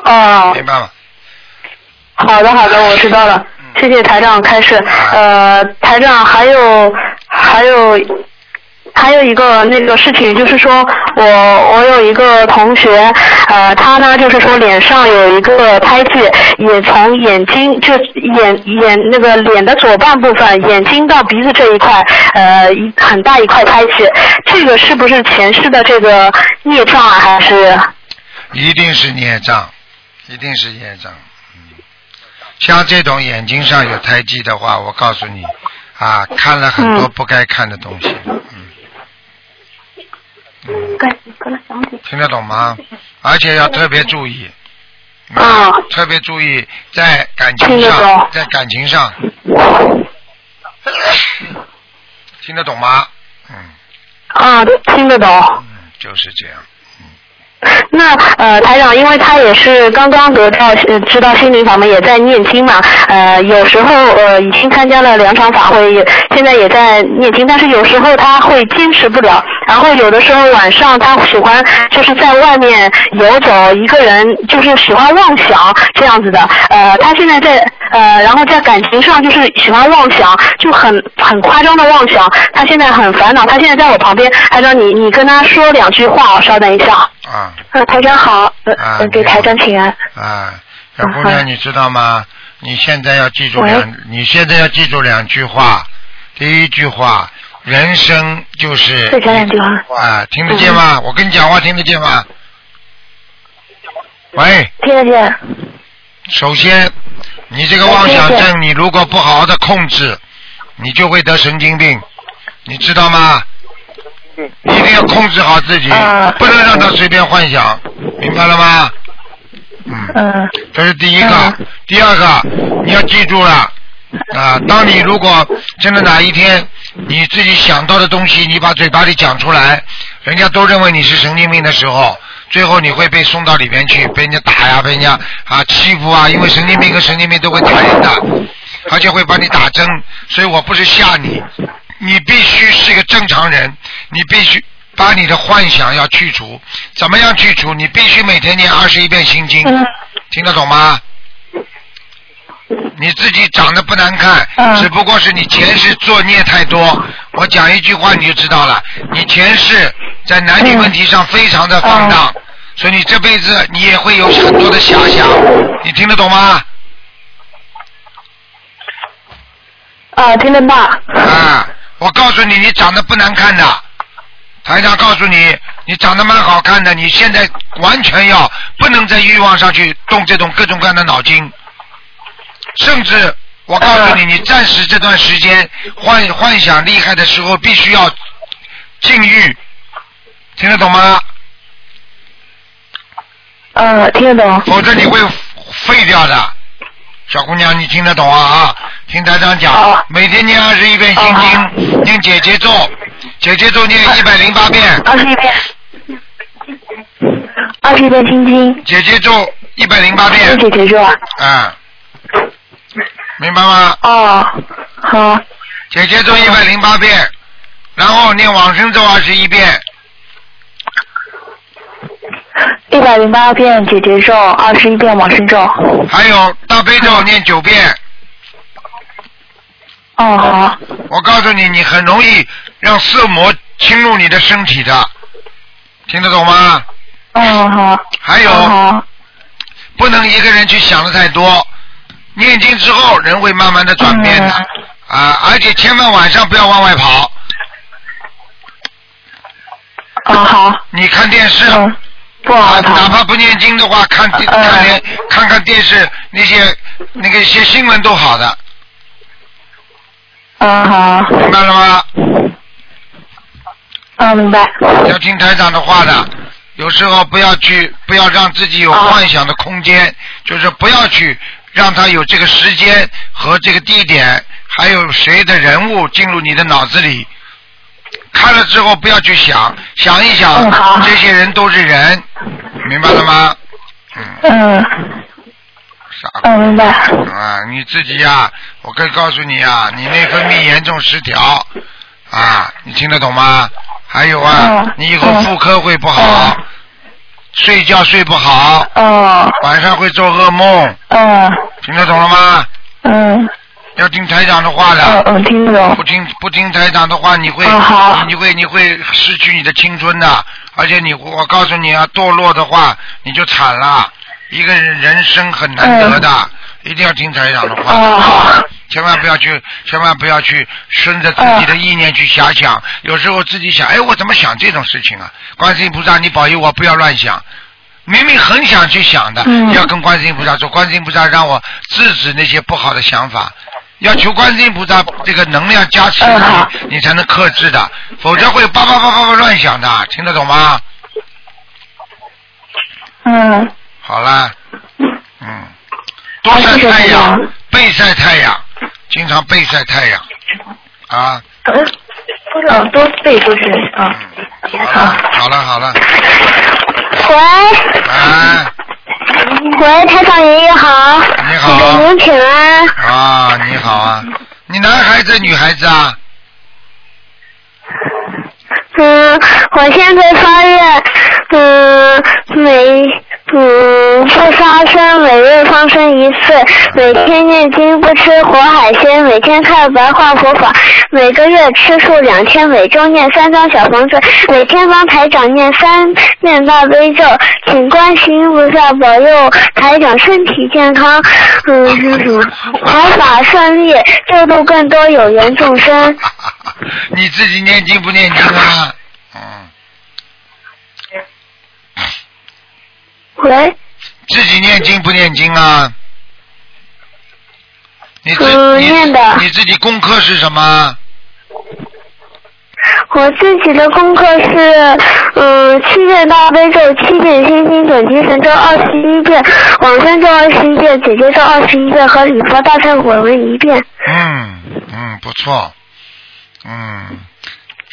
H: 哦，
B: 明白吗？
H: 好的好的，我知道了，谢谢台长开示。呃，台长还有还有。还有一个那个事情，就是说我我有一个同学，呃，他呢就是说脸上有一个胎记，也从眼睛就眼眼那个脸的左半部分，眼睛到鼻子这一块，呃，一很大一块胎记，这个是不是前世的这个孽障啊，还是
B: 一定是孽障，一定是孽障。嗯，像这种眼睛上有胎记的话，我告诉你，啊，看了很多不该看的东西。嗯，听得懂吗？而且要特别注意。
H: 啊
B: 特别注意在感情
H: 听得
B: 上
H: 懂，
B: 在感情上，听得懂吗？嗯，
I: 啊，听得懂。
B: 就是这样。
I: (laughs) 那呃，台长，因为他也是刚刚得到呃知道心灵法门，也在念经嘛。呃，有时候呃已经参加了两场法会，也现在也在念经，但是有时候他会坚持不了。然后有的时候晚上他喜欢就是在外面游走，一个人就是喜欢妄想这样子的。呃，他现在在呃，然后在感情上就是喜欢妄想，就很很夸张的妄想。他现在很烦恼，他现在在我旁边，台长你你跟他说两句话哦，稍等一下。
B: 啊
I: 呃，台长好，呃，
B: 啊
I: 呃给台长请安。
B: 啊，小姑娘，你知道吗？你现在要记住两
I: 喂，
B: 你现在要记住两句话。第一句话，人生就是
I: 再讲两句话，嗯
B: 啊，听得见吗？我跟你讲话听得见吗？喂，
I: 听得见？
B: 首先，你这个妄想症，你如果不好好的控制，你就会得神经病，你知道吗？
I: 嗯
B: 你一定要控制好自己，
I: 啊
B: 不能让他随便幻想，明白了吗？
I: 嗯，
B: 这是第一个，第二个你要记住了啊！当你如果真的哪一天你自己想到的东西，你把嘴巴里讲出来，人家都认为你是神经病的时候，最后你会被送到里面去，被人家打呀，被人家啊欺负啊，因为神经病跟神经病都会打人的，而且会帮你打针。所以我不是吓你，你必须是一个正常人，你必须。把你的幻想要去除，怎么样去除？你必须每天念二十一遍心经，听得懂吗？你自己长得不难看，只不过是你前世作孽太多。我讲一句话你就知道了，你前世在男女问题上非常的放荡，所以你这辈子你也会有很多的遐想。你听得懂吗？
I: 啊，听得到。
B: 啊，我告诉你，你长得不难看的，台长告诉你，你长得蛮好看的，你现在完全要不能在欲望上去动这种各种各样的脑筋，甚至我告诉
I: 啊
B: 你，你暂时这段时间幻幻想厉害的时候，必须要禁欲，听得懂吗？
I: 呃，听得懂。
B: 否则你会废掉的。小姑娘，你听得懂啊啊？听台长讲，
I: 哦
B: 每天念二十一遍心经，念姐姐咒，姐姐咒念一百零八遍，
I: 二十一遍，二十一遍心经，
B: 姐姐咒一百零八遍
I: 谢，谢姐姐。
B: 啊，明白吗？
I: 哦，好，
B: 姐姐咒一百零八遍，然后念往生咒二十一遍，
I: 一百零八遍姐姐咒，二十一遍往生咒。哦，
B: 还有大悲咒念九遍。
I: 哦好，
B: 我告诉你，你很容易让色魔侵入你的身体的，听得懂吗？
I: 嗯好，
B: 还有。
I: 好，
B: 不能一个人去想的太多。念经之后，人会慢慢的转变的、
I: 嗯
B: 啊，而且千万晚上不要往外跑。
I: 啊好，
B: 你看电视，
I: 嗯，不
B: 啊
I: 好，呃
B: 哪怕不念经的话，看电看连看看电视那些那个一些新闻都好的，
I: 嗯
H: 啊
I: 好，
B: 明白了吗？
I: 嗯明白，
B: 要听台长的话的，有时候不要去，不要让自己有幻想的空间，就是不要去让他有这个时间和这个地点，还有谁的人物进入你的脑子里。看了之后不要去想，想一想，
I: 嗯好
B: 这些人都是人，明白了吗？
I: 嗯
B: 傻姑
I: 嗯明白，
B: 娘啊，你自己呀、我可以告诉你啊，你内分泌严重失调啊，你听得懂吗？还有啊，
I: 嗯
B: 你以后
I: 嗯
B: 妇科会不好，睡觉睡不好，
I: 哦
B: 晚上会做噩梦，
I: 嗯
B: 听得懂了吗？
I: 嗯
B: 要听台长的话
I: 嗯
B: 的，
I: 嗯听得
B: 不
I: 懂，
B: 听不听台长的话，你会、
I: 嗯好
B: 你会你会失去你的青春的，而且你我告诉你啊，堕落的话你就惨了，一个人人生很难得的，一定要听台长的话。
I: 嗯哦好，
B: 千万不要去，千万不要去顺着自
I: 嗯
B: 己的意念去遐想。有时候自己想，哎，我怎么想这种事情啊？观世音菩萨，你保佑我不要乱想。明明很想去想的，
I: 嗯
B: 要跟观世音菩萨说，观世音菩萨让我制止那些不好的想法。要求观世音菩萨这个能量加持
I: 嗯好
B: 你，你才能克制的，否则会叭叭叭叭叭乱想的，听得懂吗？
I: 嗯
B: 好啦，嗯，多
I: 啊
B: 晒
I: 谢谢
B: 太
I: 台
B: 阳
I: 长，
B: 背晒太阳，经常背晒太阳，啊，
I: 嗯
H: 呃多少多背过去啊。
B: 好了好了，
J: 喂，
B: 哎，
J: 喂，台长爷爷好，
B: 你好
J: 给您请安，
B: 啊，你好啊，你男孩子女孩子啊？
J: 嗯，我现在发愿，嗯，每嗯不杀生，每日放生一次，每天念经，不吃活海鲜，每天看白话佛法，每个月吃素两天，每周念三张小房子，每天帮台长念三念大悲咒，请观世音菩萨保佑台长身体健康，嗯，弘法顺利，救度更多有缘众生。
B: 你自己念经不念经啊？嗯，
J: 喂。
B: 自己念经不念经啊？你自、
J: 嗯
B: 你
J: 念的
B: 你自己功课是什么？
J: 我自己的功课是，嗯，七遍大悲咒，七遍心经准提神咒二十一遍，往生咒二十一遍，姐姐咒二十一遍和礼佛大忏悔文一遍。
B: 嗯嗯，不错，嗯，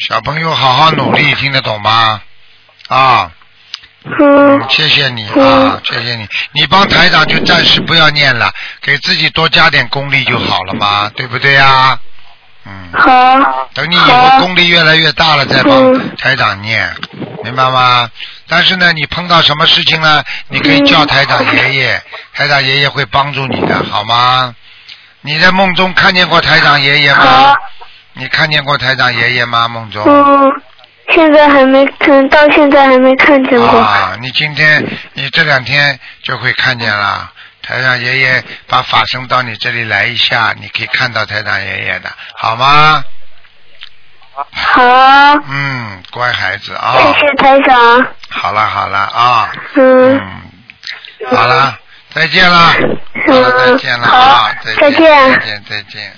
B: 小朋友好好努力，听得懂吗？啊，
J: 嗯
B: 嗯，谢谢你啊，谢谢你，你帮台长就暂时不要念了，给自己多加点功力就好了嘛，对不对啊？
J: 好，
B: 等你以后功力越来越大了，再帮台长念，明白吗？但是呢，你碰到什么事情呢，你可以
J: 嗯
B: 叫台长爷爷，台长爷爷会帮助你的，好吗？你在梦中看见过台长爷爷吗？你看见过台长爷爷吗？梦中？
J: 嗯，现在还没看，到现在还没看见过。
B: 啊，你今天你这两天就会看见了。台长爷爷把法身到你这里来一下，你可以看到台长爷爷的，好吗？ (laughs)
J: 好，
B: 嗯，乖孩子啊。
J: 谢谢台长。
B: 好了好了啊，
J: 嗯，
B: 好了，再见了，好了再见了啊，再
J: 再
B: 见
J: 见
B: 再见再见。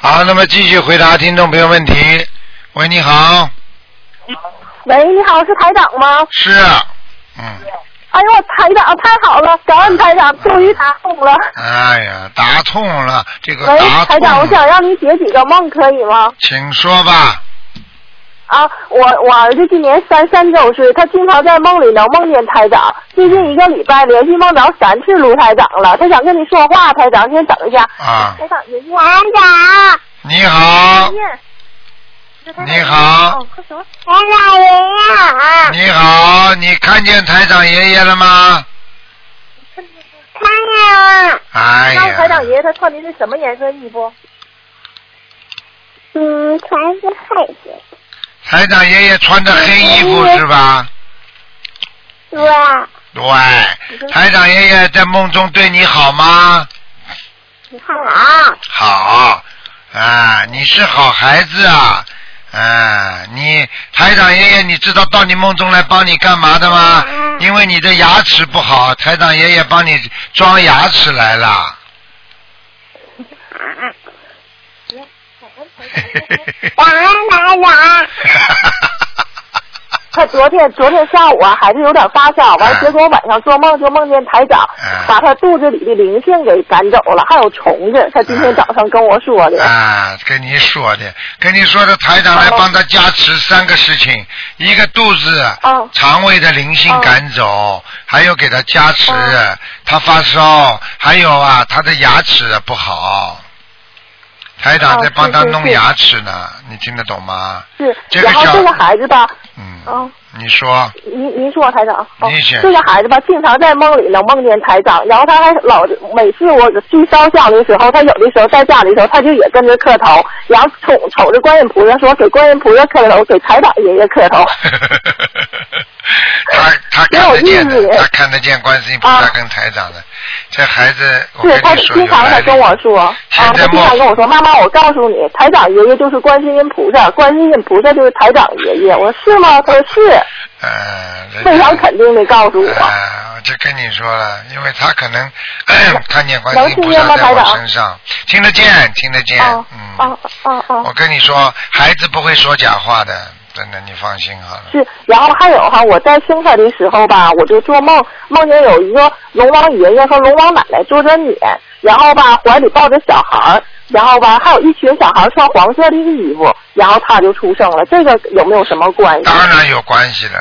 B: 好，那么继续回答听众朋友问题。喂，你好，
K: 喂，你好，是台长吗？
B: 是，啊嗯
K: 哎呦，台长太好了，感恩台长，终于打通了。
B: 哎呀，打通了，这个
K: 喂
B: 打，
K: 台
B: 通
K: 长，我
B: 了，
K: 想让你解几个梦，可以吗？
B: 请说吧。
K: 啊，我我儿子今年三三周岁，他经常在梦里能梦见台长，最近一个礼拜连续梦着三次卢台长了，他想跟你说话，台长，先等一下。
B: 啊，
K: 台长，爷爷。台长。
B: 你好，你好，
K: 台长爷爷好。
B: 你好，你看见台长爷爷了吗？
K: 看见了。
B: 哎
K: 告诉台
B: 呀，
K: 长爷爷，他穿的是什么颜色衣服？嗯，穿是黑色。
B: 台长爷爷穿着黑衣服是吧？
K: 对。嗯
B: 对，台长爷爷在梦中对你好吗？
K: 好。
B: 好，啊，你是好孩子啊，啊，你台长爷爷，你知道到你梦中来帮你干嘛的吗？
K: 嗯
B: 因为你的牙齿不好，台长爷爷帮你装牙齿来
K: (laughs)
B: 了。 (laughs) 嗯
K: 感恩台长。他昨天昨天下午啊，孩子有点发烧，完
B: 啊
K: 结果晚上做梦就梦见台长把他肚子里的灵性给赶走了，还有虫子。他今天早上跟我说 (laughs) 的。
B: 啊，跟你说的，跟你说的，台长来帮他加持三个事情，一个肚子、
K: 哦
B: 肠胃的灵性赶走，还有给他加持，
K: 哦
B: 他发烧，还有啊，他的牙齿不好，台长
K: 哦
B: 在帮他
K: 是是
B: 弄
K: 是
B: 牙齿呢，你听得懂吗？
K: 是，
B: 这个
K: 然后
B: 小
K: 这个孩子吧，
B: 嗯，
K: 嗯，
B: 你说，
K: 您您说台长，哦
B: 你先
K: 这个孩子吧，经常在梦里能梦见台长，然后他还老每次我去烧香的时候，他有的时候在家里的时候，他就也跟着磕头，然后瞅瞅着观音菩萨说给观音菩萨磕头，给台长爷爷磕头，
B: 他 (laughs) 他
K: 没
B: 看
K: 有
B: 得见的
K: 意义，
B: 他看得见观世音菩萨跟台长的，这孩子，我
K: 是他
B: 跟你说，
K: 经
B: 有
K: 常
B: 来
K: 他
B: 历
K: 跟我说，啊，他经常跟我说，妈妈，我告诉你，台长爷爷就是观世音菩萨，观世音菩萨就是台长爷爷，我说是吗？他说
B: 哎
K: 是，
B: 嗯，
K: 非常肯定的告诉我。
B: 啊，我就跟你说了，因为他可
K: (coughs)
B: 能看见观
K: 能
B: 世音菩
K: 听见
B: 萨
K: 吗
B: 在
K: 台
B: 我
K: 长
B: 身上，听得见，听得见。嗯，
K: 哦哦哦
B: 我跟你说，孩子不会说假话的，真的，你放心好了。
K: 是，然后还有哈，我在生他的时候吧，我就做梦，梦见有一个龙王爷爷和龙王奶奶坐着撵，然后吧怀里抱着小孩儿，然后吧，还有一群小孩穿黄色的一个衣服，然后他就出生了，这个有没有什么关系？
B: 当然有关系的，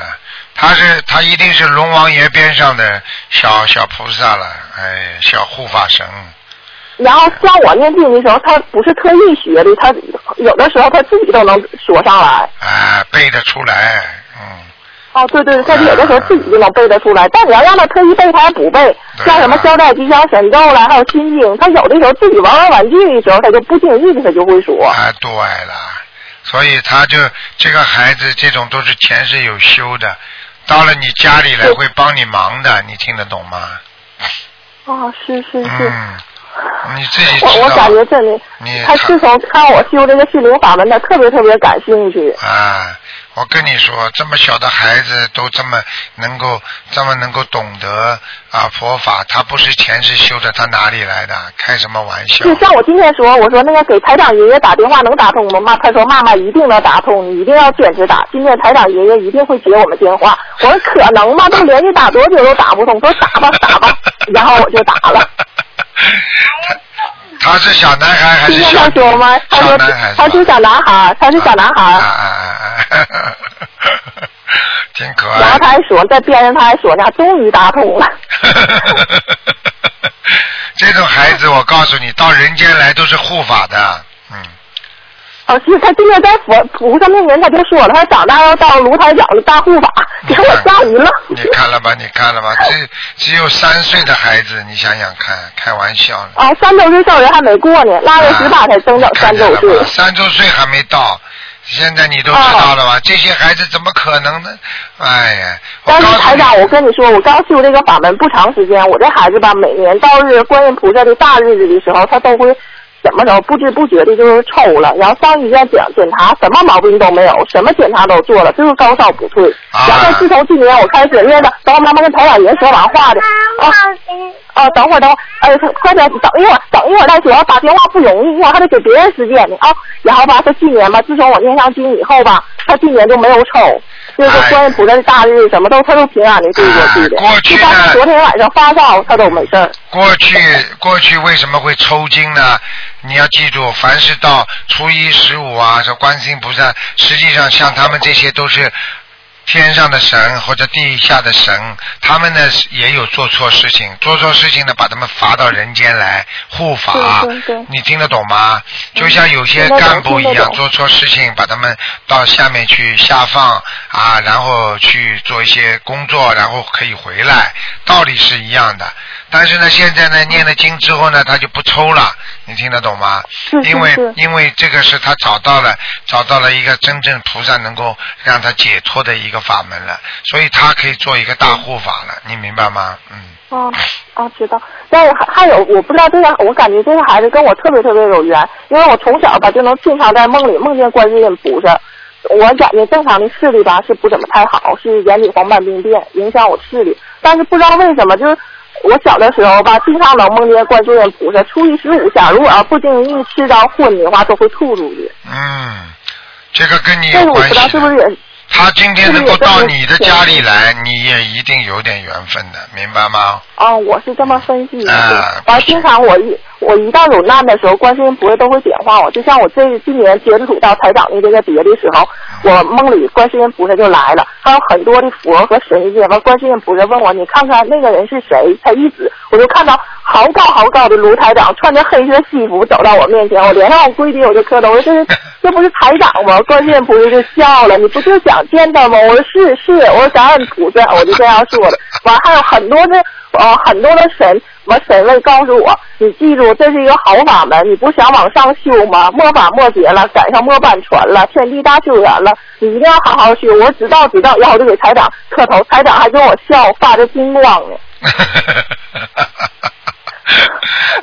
B: 他是他一定是龙王爷边上的小小菩萨了，哎，小护法神。
K: 然后像我念经的时候，他不是特意学的，他有的时候他自己都能说上来。
B: 啊，背得出来，嗯，
K: 哦，对对，他有的时候自己就能背得出来，但你要让他特意背，他还不背。像什么消灾吉祥神咒啦，还有心经，他有的时候自己玩玩玩具的时候，他就不经意的他就会说。
B: 啊，对了，所以他就这个孩子这种都是前世有修的，到了你家里来会帮你忙的，你听得懂吗？
K: 哦，是是是。
B: 嗯，你自己知道。
K: 我我感觉这里
B: 你，
K: 他自从看我修这个心灵法门，他特别特别感兴趣。
B: 啊，我跟你说，这么小的孩子都这么能够，这么能够懂得啊佛法，他不是前世修的，他哪里来的？开什么玩笑
K: 就？像我今天说，我说那个给台长爷爷打电话能打通吗？妈，他说妈妈一定能打通，你一定要坚持打。今天台长爷爷一定会接我们电话。我说可能吗？都连续打多久都打不通，说打吧打吧，然后我就打 (laughs) 了。
B: 他是小男孩还
K: 今
B: 是
K: 天
B: 小
K: 他说吗？他
B: 小
K: 说
B: 男孩
K: 他哎是小男孩，他是小男孩。
B: 啊啊啊啊！啊挺可
K: 然
B: 爱
K: 后他还说，在边上他还说呢，终于打通了。
B: 这种孩子，我告诉你，到人间来都是护法的，嗯，
K: 哦，是他今天在佛菩萨面前，他就说了，他长大要当卢台长的大护法，给我吓晕了。
B: 你看了吧，你看了吧，只只有三岁的孩子，你想想看，开玩笑呢，
K: 啊，三周岁生日还没过呢，腊月十八才增长三周岁。
B: 三周岁还没到，现在你都知道了吧？
L: 哦
B: 这些孩子怎么可能呢？哎呀，
K: 但是台长，我跟你说，我刚修这个法门不长时间，我这孩子吧，每年到日观音菩萨的大日子的时候，他都会怎么着，不知不觉的就是抽了，然后上医院检检查，什么毛病都没有，什么检查都做了，就是高烧不退。然后自从今年我开始念的，等会儿妈妈跟台长爷说完话的，啊啊，等会儿等会儿，哎，快点等一会儿，等一会儿再说，打电话不容易，一会儿还得给别人时间呢啊。然后吧，他今年吧，自从我念上经以后吧，他今年就没有抽。就是观音菩萨的大日，什么都他都平安的度过去的。
B: 哎过去
K: 就包括昨天晚上发烧，他都没事儿。
B: 过去
L: 嗯
B: 过去为什么会抽筋呢？你要记住，凡是到初一十五啊，说观世音菩萨，实际上像他们这些都是天上的神或者地下的神，他们呢也有做错事情，做错事情呢把他们罚到人间来护法
L: 对对对，
B: 你听得懂吗？就像有些
L: 听得懂
B: 干部一
L: 听得
B: 样
L: 懂
B: 做错事情，把他们到下面去下放啊，然后去做一些工作，然后可以回来，道理是一样的。但是呢，现在呢，念了经之后呢，他就不抽了，你听得懂吗？
L: 是
B: 因为
L: 是
B: 因为这个是他找到了找到了一个真正菩萨能够让他解脱的一个法门了，所以他可以做一个大护法了，你明白吗？嗯。
K: 哦哦，知道。但我还还有，我不知道这个，我感觉这个孩子跟我特别特别有缘，因为我从小吧就能经常在梦里梦见观世音菩萨。我感觉正常的视力吧是不怎么太好，是眼底黄斑病变影响我视力。但是不知道为什么，就是我小的时候吧，经常能梦见观世音菩萨。初一十五下，如果要不经意吃到荤的话，都会吐出去。
B: 嗯，这个跟你
K: 这
B: 有
K: 个我
B: 关
K: 不知道
B: 系
K: 是不
B: 的。
K: 是也
B: 他今天能够到你的家里来
K: 是，
B: 你也一定有点缘分的，明白吗？
K: 啊、我是这么分析的。
B: 啊
K: 然后经常我一我一到有难的时候，观世音菩萨都会点化我。就像我这今年接触到台长的这个别的时候，我梦里观世音菩萨就来了，还有很多的佛和神仙。完，观世音菩萨问我：“你看看那个人是谁？”他一指，我就看到好高好高的卢台长穿着黑色西服走到我面前，我连上跪地我就磕头，我说这是这不是台长吗？观世音菩萨就笑了，你不就想见他吗？我说是是，我说感恩菩萨，我就这样说的。完还有很多的呃很多的神，完神位告诉我，你记住这是一个好法门，你不想往上修吗？末法末节了，赶上末班船了，天地大救援了，你一定要好好修。我说知道知道，然后我就给台长磕头，台长还跟我笑，发着金光呢。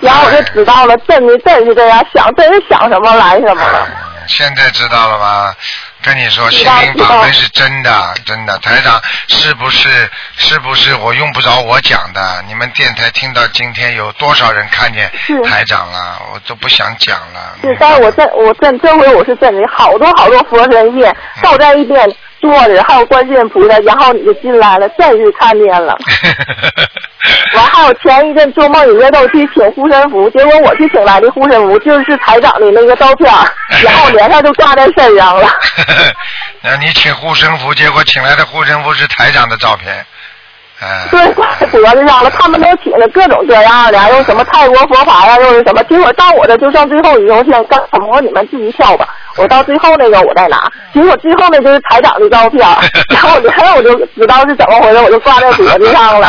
K: 然后我就知道了，真的真是这样想，真是想什么来什么了。
B: 现在知道了吧？跟你说，
L: 知
B: 心
L: 道
B: 灵法门是真的，真的。台长是不是是不是我用不着我讲的？你们电台听到今天有多少人看见
K: 是
B: 台长了？我都不想讲了。
K: 是，但是我真我真这回我是真的，好多好多佛神仙倒在一边坐着，还有观世音菩萨，然后你就进来了，真是看见了。完还有前一阵做梦，有个都去请护身符，结果我去请来的护身符就是台长的那个照片，然后连上就挂在身上了。
B: 那你请护身符，结果请来的护身符是台长的照片，哎、
K: 对，挂在脖子上了。他们都请了各种各样的，又什么泰国佛法呀，又是什么。结果到我这就剩最后一个，我想干什么你们自己挑吧。我到最后那个我再拿，结果最后那就是台长的照片，然后然后我就知道是怎么回事，我就挂在脖子上了。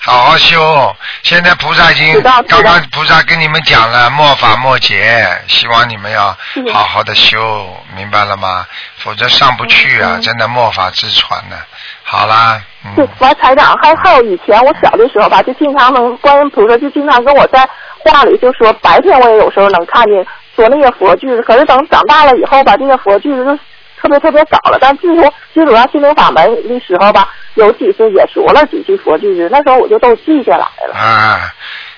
B: 好好修。哦现在菩萨已经
K: 知道知
B: 刚
K: 道
B: 刚菩萨跟你们讲了末法末节，希望你们要
K: 嗯
B: 好好的修，明白了吗？否则上不去
K: 嗯
B: 啊，真的末法之船呢、好啦，嗯，
K: 对，完台长，还还有以前我小的时候吧，就经常能观音菩萨，就经常跟我在话里就说，白天我也有时候能看见说那些佛句子，可是等长大了以后吧，这些佛句子就特别特别少了。但自从接触到心灵法门的时候吧，有几次也说了几句佛句子，那时候我就都记下来了。
B: 啊，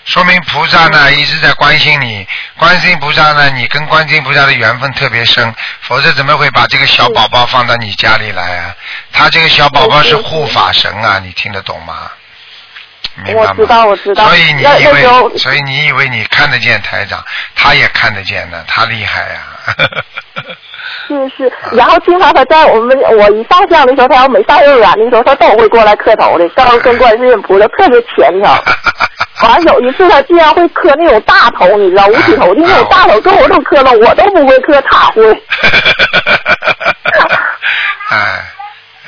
B: 说明菩萨呢
K: 嗯
B: 一直在关心你，观世音菩萨呢，你跟观世音菩萨的缘分特别深，否则怎么会把这个小宝宝放到你家里来啊？他这个小宝宝是护法神啊，你听得懂吗？明白
K: 我
B: 吗？
K: 知道，我知道。
B: 所以你
K: 那
B: 以
K: 那时候
B: 为，所以你以为你看得见台长，他也看得见呢，他厉害啊呀、
K: 是是，然后经常他在我们我一上香的时候，他要每上幼儿园的时候，他都会过来磕头的，告诉跟观世音菩萨特别虔
B: (laughs)
K: 诚。完有一次他竟然会磕那种大头，你知道五体投地那种大头，跟我都磕了，我都不会磕，他会。
B: (laughs) 哎，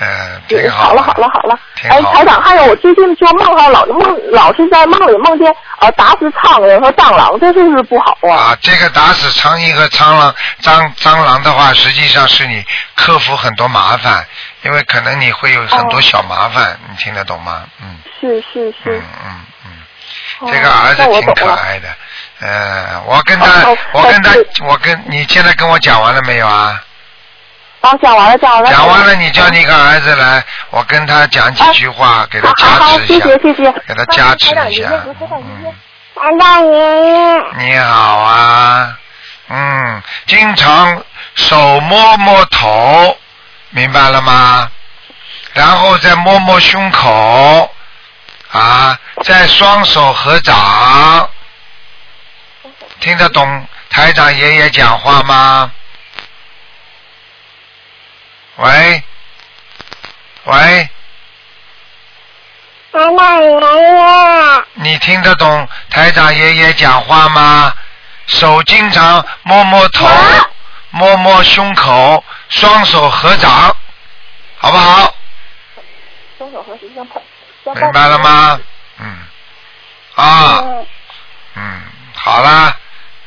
B: 嗯，挺
K: 好
B: 好
K: 了好了好了，
B: 挺
K: 哎，
B: 好
K: 台长，还有我最近做梦哈，老梦老是在梦里梦见啊打死苍蝇和蟑螂，这是不是不好啊？
B: 啊，这个打死苍蝇和苍狼、蟑蟑螂的话，实际上是你克服很多麻烦，因为可能你会有很多小麻烦，你听得懂吗？嗯，
K: 是是
B: 嗯
K: 是。
H: 哦
K: 嗯
B: 这个儿子
K: 我
B: 挺
K: 懂
B: 可
K: 了。
B: 爱的。呃，我跟他
K: 哦哦，
B: 我跟他
K: 哦，
B: 我跟你现在跟我讲完了没有啊？
K: 啊，讲完了，讲完了。
B: 讲完了，你叫你个儿子来，我跟他讲几句话，给他加
J: 好，
B: 持
J: 谢
B: 一下，
J: 谢谢谢。
B: 给他加持一下。
J: 难道爷爷？
B: 你好啊，嗯，经常手摸摸头，明白了吗？然后再摸摸胸口，啊，再双手合掌，听得懂台长爷爷讲话吗？喂，喂，
J: 难道爷爷？
B: 你听得懂台长爷爷讲话吗？手经常摸摸头，摸摸胸口，双手合掌，好不好？
K: 双手合十，像捧
B: 明白了？吗？嗯，啊，嗯，好啦，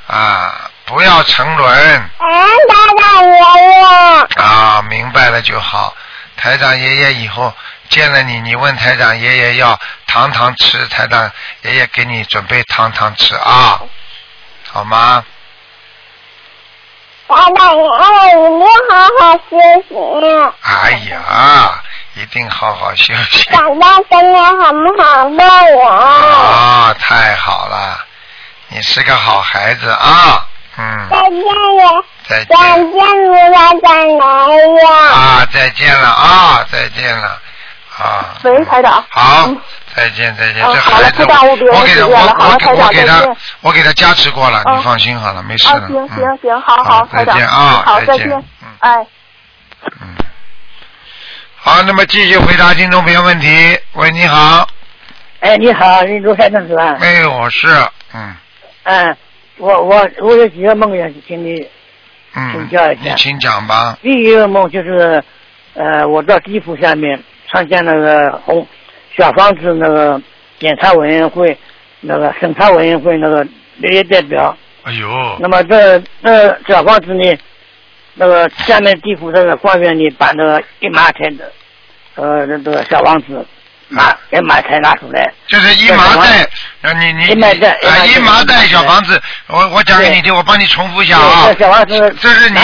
B: 啊，不要沉沦
J: 难道爷爷？
B: 啊，明白了就好。台长爷爷以后见了你，你问台长爷爷要糖糖吃，台长爷爷给你准备糖糖吃啊，好吗？
J: 难道爷爷一定好好休息？
B: 哎呀，一定好好休息
J: 长大真的很好的我。
B: 啊！太好了，你是个好孩子啊！嗯，
J: 再见了，
B: 再见
J: 想见你要再来呀。
B: 啊，再见了啊，再见了啊！
K: 喂，台长。
B: 好，再见再见，
K: 嗯
B: 这
K: 好了
B: 孩子
K: 不耽误别人
B: 我给他
K: 时间
B: 我
K: 了好
B: 我
K: 了
B: 给
K: 台长
B: 我给他我给
K: 再见
B: 他加持过了，
K: 嗯
B: 你放心好了，没事
K: 啊，
B: 的。
K: 行
B: 嗯
K: 行行，好好，
B: 再
K: 台长
B: 见嗯啊，
K: 好，
B: 再
K: 再见。哎。
B: 好，那么继续回答听众朋友问题。喂，你好，
L: 哎，你好，你卢台长是吧？
B: 哎，我是，嗯
L: 嗯，我我我有几个梦想，请你
B: 嗯
L: 请，教一
B: 你
L: 下。
B: 请讲吧。
L: 第一个梦就是，呃，我到地府下面参加那个红小房子那个检查委员会、那个审查委员会那个职业代表。
B: 哎呦，
L: 那么这这小房子呢，那个下面地府这个官员呢，把那个一马台的，呃，那个小房子
B: 嗯
L: 马一马台拿出来。
B: 就是一麻袋，呃，你你
L: 一麻袋
B: 你啊，一
L: 一
B: 麻
L: 麻袋
B: 袋小房子，我我讲给你听，我帮你重复一下啊
L: 对。这小房子
B: 这是你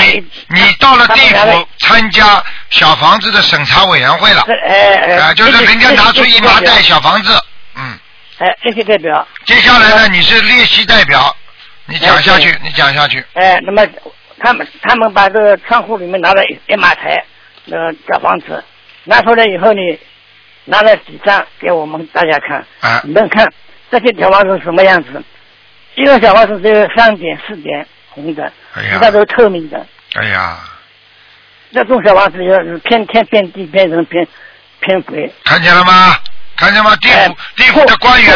B: 你到了地
L: 他们拿
B: 府
L: 了
B: 参加小房子的审查委员会了，
L: 这哎哎，
B: 啊，就是人家拿出一麻袋小
L: 子。
B: 房子，嗯。
L: 哎，这些代表。
B: 接下来呢，你是列席代表，你讲下去
L: 哎，
B: 你讲下去，
L: 哎，那么他们他们把这个窗户里面拿了一一马台，那个小房子拿出来以后呢，拿了几张给我们大家看，
B: 啊
L: 你们看这些小房子什么样子？一个小房子只有三点、四点红的，
B: 哎
L: 其
B: 呀
L: 他，都是透明的。
B: 哎呀，
L: 这种小房子就是骗天骗地骗人骗骗鬼。
B: 看见了吗？看见吗？地
L: 哎
B: 府地府的官员，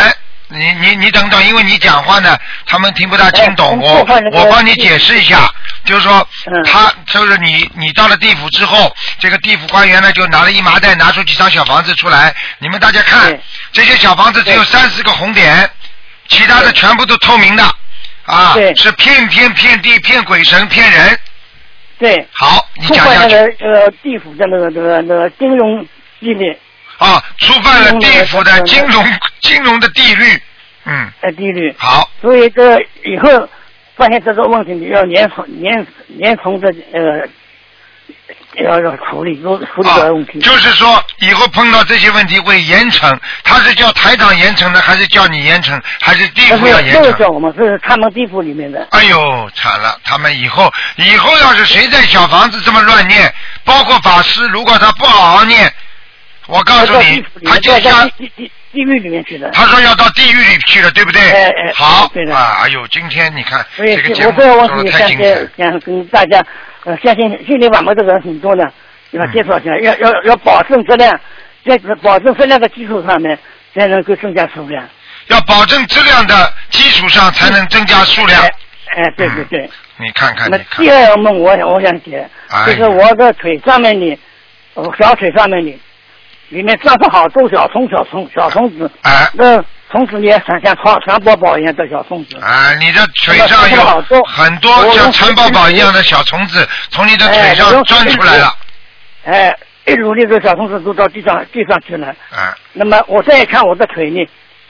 B: 你你你等等，因为你讲话呢，他们听不大清懂。
L: 哎
B: 我
L: 我看那个
B: 我帮你解释一下，就是说，
L: 嗯
B: 他就是你你到了地府之后，这个地府官员呢就拿了一麻袋，拿出几张小房子出来，你们大家看，这些小房子只有三四个红点，其他的全部都透明的，啊，是骗天骗地骗鬼神骗人。
L: 对。
B: 好，你
L: 触
B: 讲
L: 犯
B: 下
L: 那
B: 去。
L: 个呃地府的那个那个那个金融纪律
B: 啊，触犯了地府的金融金融的地律，嗯，
L: 呃地律。
B: 好，
L: 所以这以后发现这个问题，你要严从严严从这呃要要处理处处理这个问题。
B: 就是说以后碰到这些问题会严惩，他是叫台长严惩呢，还是叫你严惩，还是地
L: 但
B: 府要
L: 呃是
B: 严
L: 这个
B: 惩？
L: 叫我们是他们地府里面的。
B: 哎呦，惨了！他们以后以后要是谁在小房子这么乱念，包括法师，如果他不好好念，我告诉
L: 到
B: 你
L: 地府，里
B: 他
L: 面
B: 就
L: 到
B: 像
L: 地地地狱里面去的。
B: 他说要到地狱里去了，对不对？
L: 哎哎
B: 好
L: 对的
B: 啊！哎呦，今天你看
L: 所以
B: 这个节
L: 我
B: 目
L: 这个问
B: 做
L: 题
B: 的
L: 相
B: 太精彩了
L: 信。想跟大家，呃，相信心理法门这个很多呢，
B: 嗯
L: 要介绍一下，要要要保证质量，在保证质量的基础上面，才能够增加数量。
B: 要保证质量的基础上，才能增加数量。嗯
L: 哎，对对对。
B: 你看看，
L: 那
B: 你
L: 么
B: 看
L: 第，二个梦，我想我想解，
B: 哎
L: 就是我的腿上面的，我小腿上面的，里面长出好多小虫，小虫小虫子，
B: 哎，
L: 那虫子也像像蚕蚕宝宝一样的小虫子，
B: 啊，你的腿上
L: 那好
B: 有很多
L: 我
B: 像
L: 用
B: 蚕宝宝一样的小虫子从你的腿
L: 哎我
B: 上
L: 用
B: 钻出来了。
L: 哎，一努力的小虫子都到地上地上去了。
B: 啊
L: 那么我再看我的腿呢，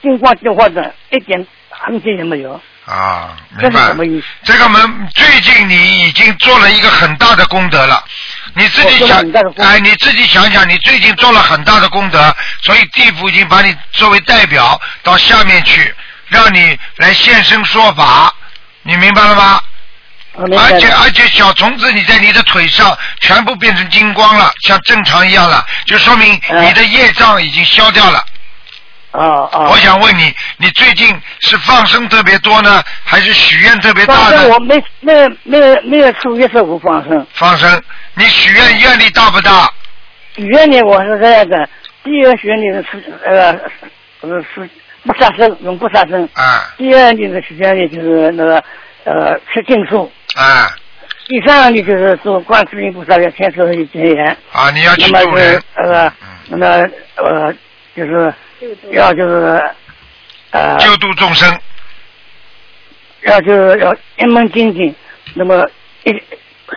L: 金光金光的，一点痕迹也没有。
B: 啊，
L: 这
B: 明
L: 是
B: 白
L: 什。么意思？
B: 这个门最近你已经做了一个很大的功德了，你自己
L: 我做了
B: 想
L: 很大的，功德
B: 哎，你自己想想，你最近做了很大的功德，所以地府已经把你作为代表到下面去，让你来现身说法，你明白了吗？
L: 明白
B: 而且
L: 了
B: 而且小虫子你在你的腿上全部变成金光了，像正常一样了，就说明你的业障已经消掉了。
L: 嗯哦哦。
B: 我想问你，你最近是放生特别多呢，还是许愿特别大
L: 放
B: 呢？
L: 生我没没有没有没有出一十五放生，
B: 放生，你许愿愿力大不大？
L: 许愿呢我是这样的，第一个许愿呢是吃呃呃是不杀生，永不杀生。
B: 啊。
L: 第二呢的许愿呢就是那个呃吃净素。
B: 啊
L: 第三个呢就是做观世音菩萨的千手千眼。
B: 啊，你要去
L: 那
B: 助
L: 么是
B: 人，嗯
L: 呃，那么呃，就是要就是呃，
B: 救度众生。
L: 要就是要一门精进，那么一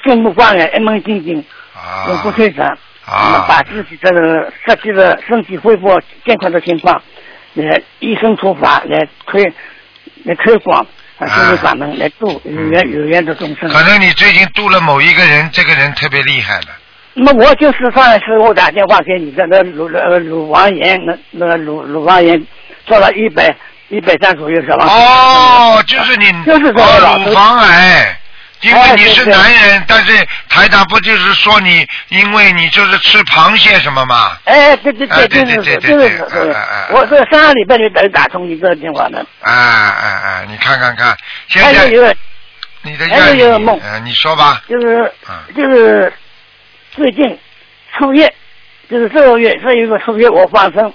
L: 顺目光眼，一门精进，
B: 啊
L: 永不退转，那么把自己这个实际的身体恢复健康的情况，来以身说法来推来推广。啊，心理法门来度有缘有缘的众生。
B: 嗯可能你最近度了某一个人，这个人特别厉害了。
L: 那我就是上次我打电话给你的那鲁呃鲁王岩那那鲁鲁王岩做了一百一百张左右是吧？
B: 哦，就是你
L: 嗯就是这个
B: 哦
L: 老
B: 乳房癌，因为
L: 哎
B: 你
L: 对
B: 是
L: 对
B: 男人，但是台长不就是说你，因为你就是吃螃蟹什么嘛？
L: 哎，对对
B: 哎
L: 对，
B: 对
L: 就
B: 对
L: 是
B: 对对
L: 就
B: 对
L: 是
B: 哎哎哎
L: 我这上个礼拜就打打通一个电话的，
B: 啊啊啊！你看看看，现
L: 还
B: 在
L: 有一个
B: 你的
L: 还有一个
B: 愿
L: 梦
B: 力，呃你说吧，
L: 就是就是最近初月，就是这个月这一个初月我放生，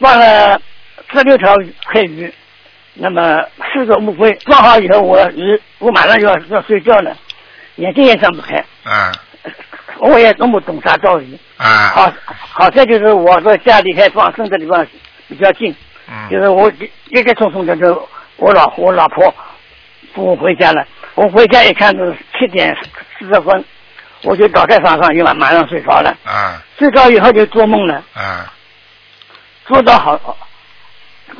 L: 放了十六条黑鱼，那么四个乌龟，放好以后我鱼我马上就要要睡觉了，眼睛也睁不开，
B: 嗯
L: 我也弄不懂啥道理。
B: 啊
L: 好，好在就是我的家离开放生的地方比较近，
B: 嗯
L: 就是我一个匆匆的就我老我老婆扶我回家了，我回家一看是七点四十分，我就倒在床上就马马上睡着了，
B: 啊
L: 睡着以后就做梦了，
B: 啊
L: 做到好，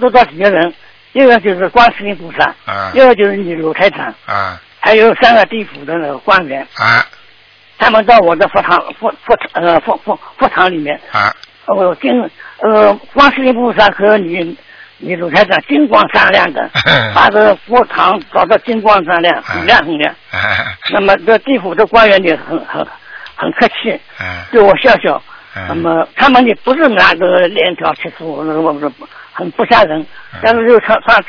L: 做到几个人，一个就是观世音菩萨，
B: 啊
L: 一个就是你鲁台长，
B: 啊
L: 还有三个地府的那个官员，
B: 啊
L: 他们到我的佛堂佛佛呃佛佛佛堂里面。
B: 啊！
L: 我跟呃观世音菩萨和你你鲁台长金光闪亮的，
B: 嗯
L: 把这
B: (laughs)
L: 个佛堂搞得金光闪亮，很亮很亮。
B: 啊
L: 那么这地府的官员也很很很客气，
B: 哎
L: 对我笑笑。
B: 嗯
L: 那么他们也不是拿着链条吃素，那个我们说很不吓人，
B: 嗯
L: 但是就穿穿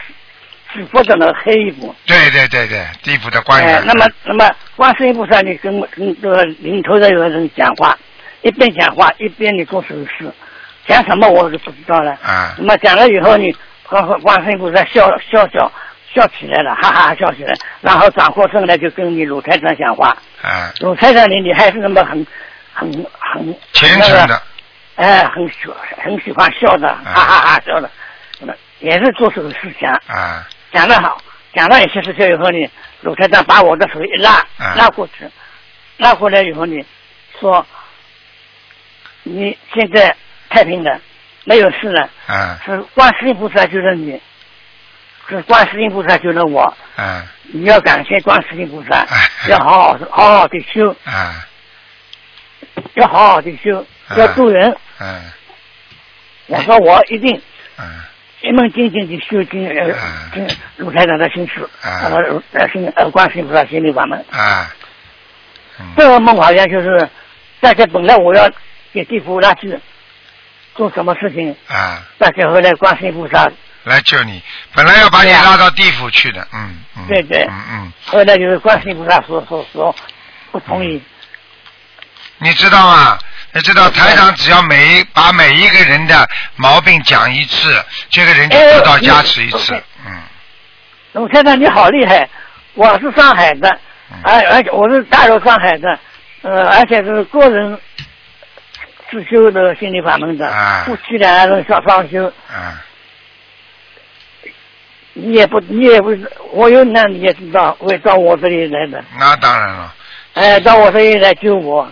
L: 只裹着那个黑衣服。
B: 对对对对，地府的官员。
L: 哎，那么那么观世音菩萨，你跟跟这个领头的有个人讲话，一边讲话一边你做手势，讲什么我就不知道了。
B: 啊
L: 那么讲了以后，你观观世音菩萨笑笑笑笑起来了，哈哈哈笑起来，然后转过身来就跟你鲁台长讲话。
B: 啊，
L: 鲁台长你你还是那么很很很
B: 虔诚
L: 那个
B: 的，
L: 哎，很喜很喜欢笑
B: 啊
L: 的，哈哈哈笑的，那么也是做手势讲，
B: 啊
L: 讲得好，讲到一些事情以后呢，鲁台长把我的手一拉
B: 嗯，
L: 拉过去，拉过来以后呢，说你现在太平了，没有事了，
B: 啊
L: 是观世音菩萨救了你，是观世音菩萨救了我，
B: 啊
L: 你要感谢观世音菩萨，要好好好好的修，
B: 啊
L: 要好好的修，要渡人。
B: 啊
L: 我说我一定
B: 啊
L: 一门精进的修经，呃，经鲁台长的心事，
B: 啊
L: 呃，呃，心呃，观世音菩萨心里法门。
B: 啊
L: 这个梦好像就是，大家本来我要给地府拉去做什么事情，
B: 啊，
L: 大家后来观世音菩萨，
B: 来救你，本来要把你
L: 对啊
B: 拉到地府去的，嗯嗯
L: 对对，
B: 嗯。
L: 后来就是观世音菩萨说说说不同意，
B: 你知道吗？你知道台长只要每一把每一个人的毛病讲一次，这个人就得到加持一次。
L: 鲁台长你好厉害，我是上海的，而而且我是大陆上海的，呃，而且是个人自修的心理法门的，夫妻两人双双修。
B: 啊
L: 你也不，你也不，我有难你也知道，会到我这里来的，
B: 那当然了，
L: 哎，到我这里来救我。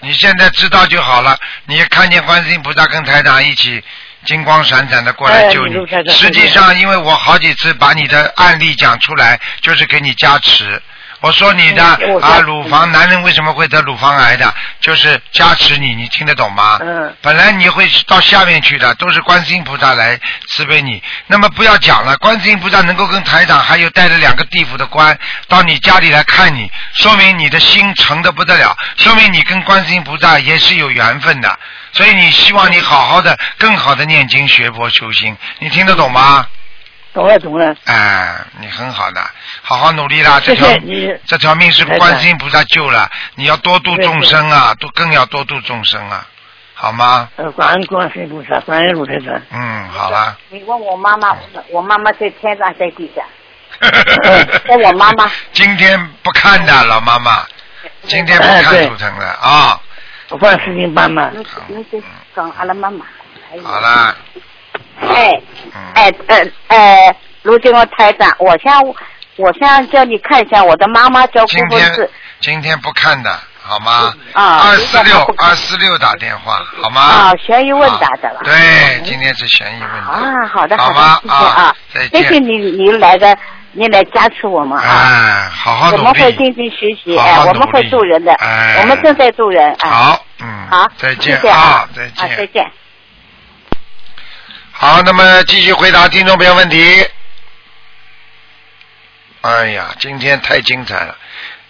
B: 你现在知道就好了。你看见观世音菩萨跟台长一起金光闪闪的过来
L: 哎
B: 救你
L: 你卢台。长
B: 实际上，因为我好几次把你的案例讲出来，就是给你加持。我说你的
L: 嗯我
B: 啊，
L: 加
B: 乳房男人为什么会得乳房癌的，就是加持你，你听得懂吗？
L: 嗯。
B: 本来你会到下面去的，都是观世音菩萨来慈悲你。那么不要讲了，观世音菩萨能够跟台长还有带着两个地府的官到你家里来看你，说明你的心诚的不得了，说明你跟观世音菩萨也是有缘分的。所以你希望你好好的、更好的念经学佛修心，你听得懂吗？
L: 懂了懂了。
M: 嗯
B: 哎，你很好的，好好努力啦！这
L: 谢
B: 条
L: 谢你
B: 这条命是
L: 台长
B: 观世音菩萨救了，你要多度众生啊，多更要多度众生啊，好吗？
M: 嗯
L: 呃，感恩观世音菩萨，感恩鲁台长。
B: 嗯，好了。
M: 你问我妈妈，我妈妈在天上，在地下。
B: (laughs)
M: 问我妈妈，
B: 今天不看的老妈妈，今天不
L: 哎
B: 看
L: 对
B: 图腾了啊、
L: 观世音妈妈，
M: 你得讲阿拉妈妈。
B: 好了，
M: 哎，哎，呃，呃，卢金龙台长，我想，我想叫你看一下我的妈妈叫郭
B: 今
M: 博
B: 天
M: 士，
B: 今天不看的，好吗？
M: 啊
B: 二四六二四六打电话，好吗？
M: 啊，悬疑问答的了。
B: 对，今天是悬疑问答。
M: 啊，好的，
B: 好
M: 的
B: 吗，
M: 谢谢啊，
B: 再
M: 谢
B: 见
M: 谢你，你来的，你来加持我们啊，
B: 哎，好好
M: 我
B: 努
M: 们会
B: 力。
M: 精进学习，
B: 好
M: 哎
B: 好，
M: 我
B: 努
M: 们会
B: 力
M: 助人的，
B: 哎
M: 我们正在助人，哎，
B: 好，嗯，
M: 好，
B: 再
M: 谢
B: 见
M: 谢
B: 啊
M: 啊，，
B: 再
M: 啊，再
B: 见。
M: 见。
B: 好，那么继续回答听众朋友问题。哎呀，今天太精彩了。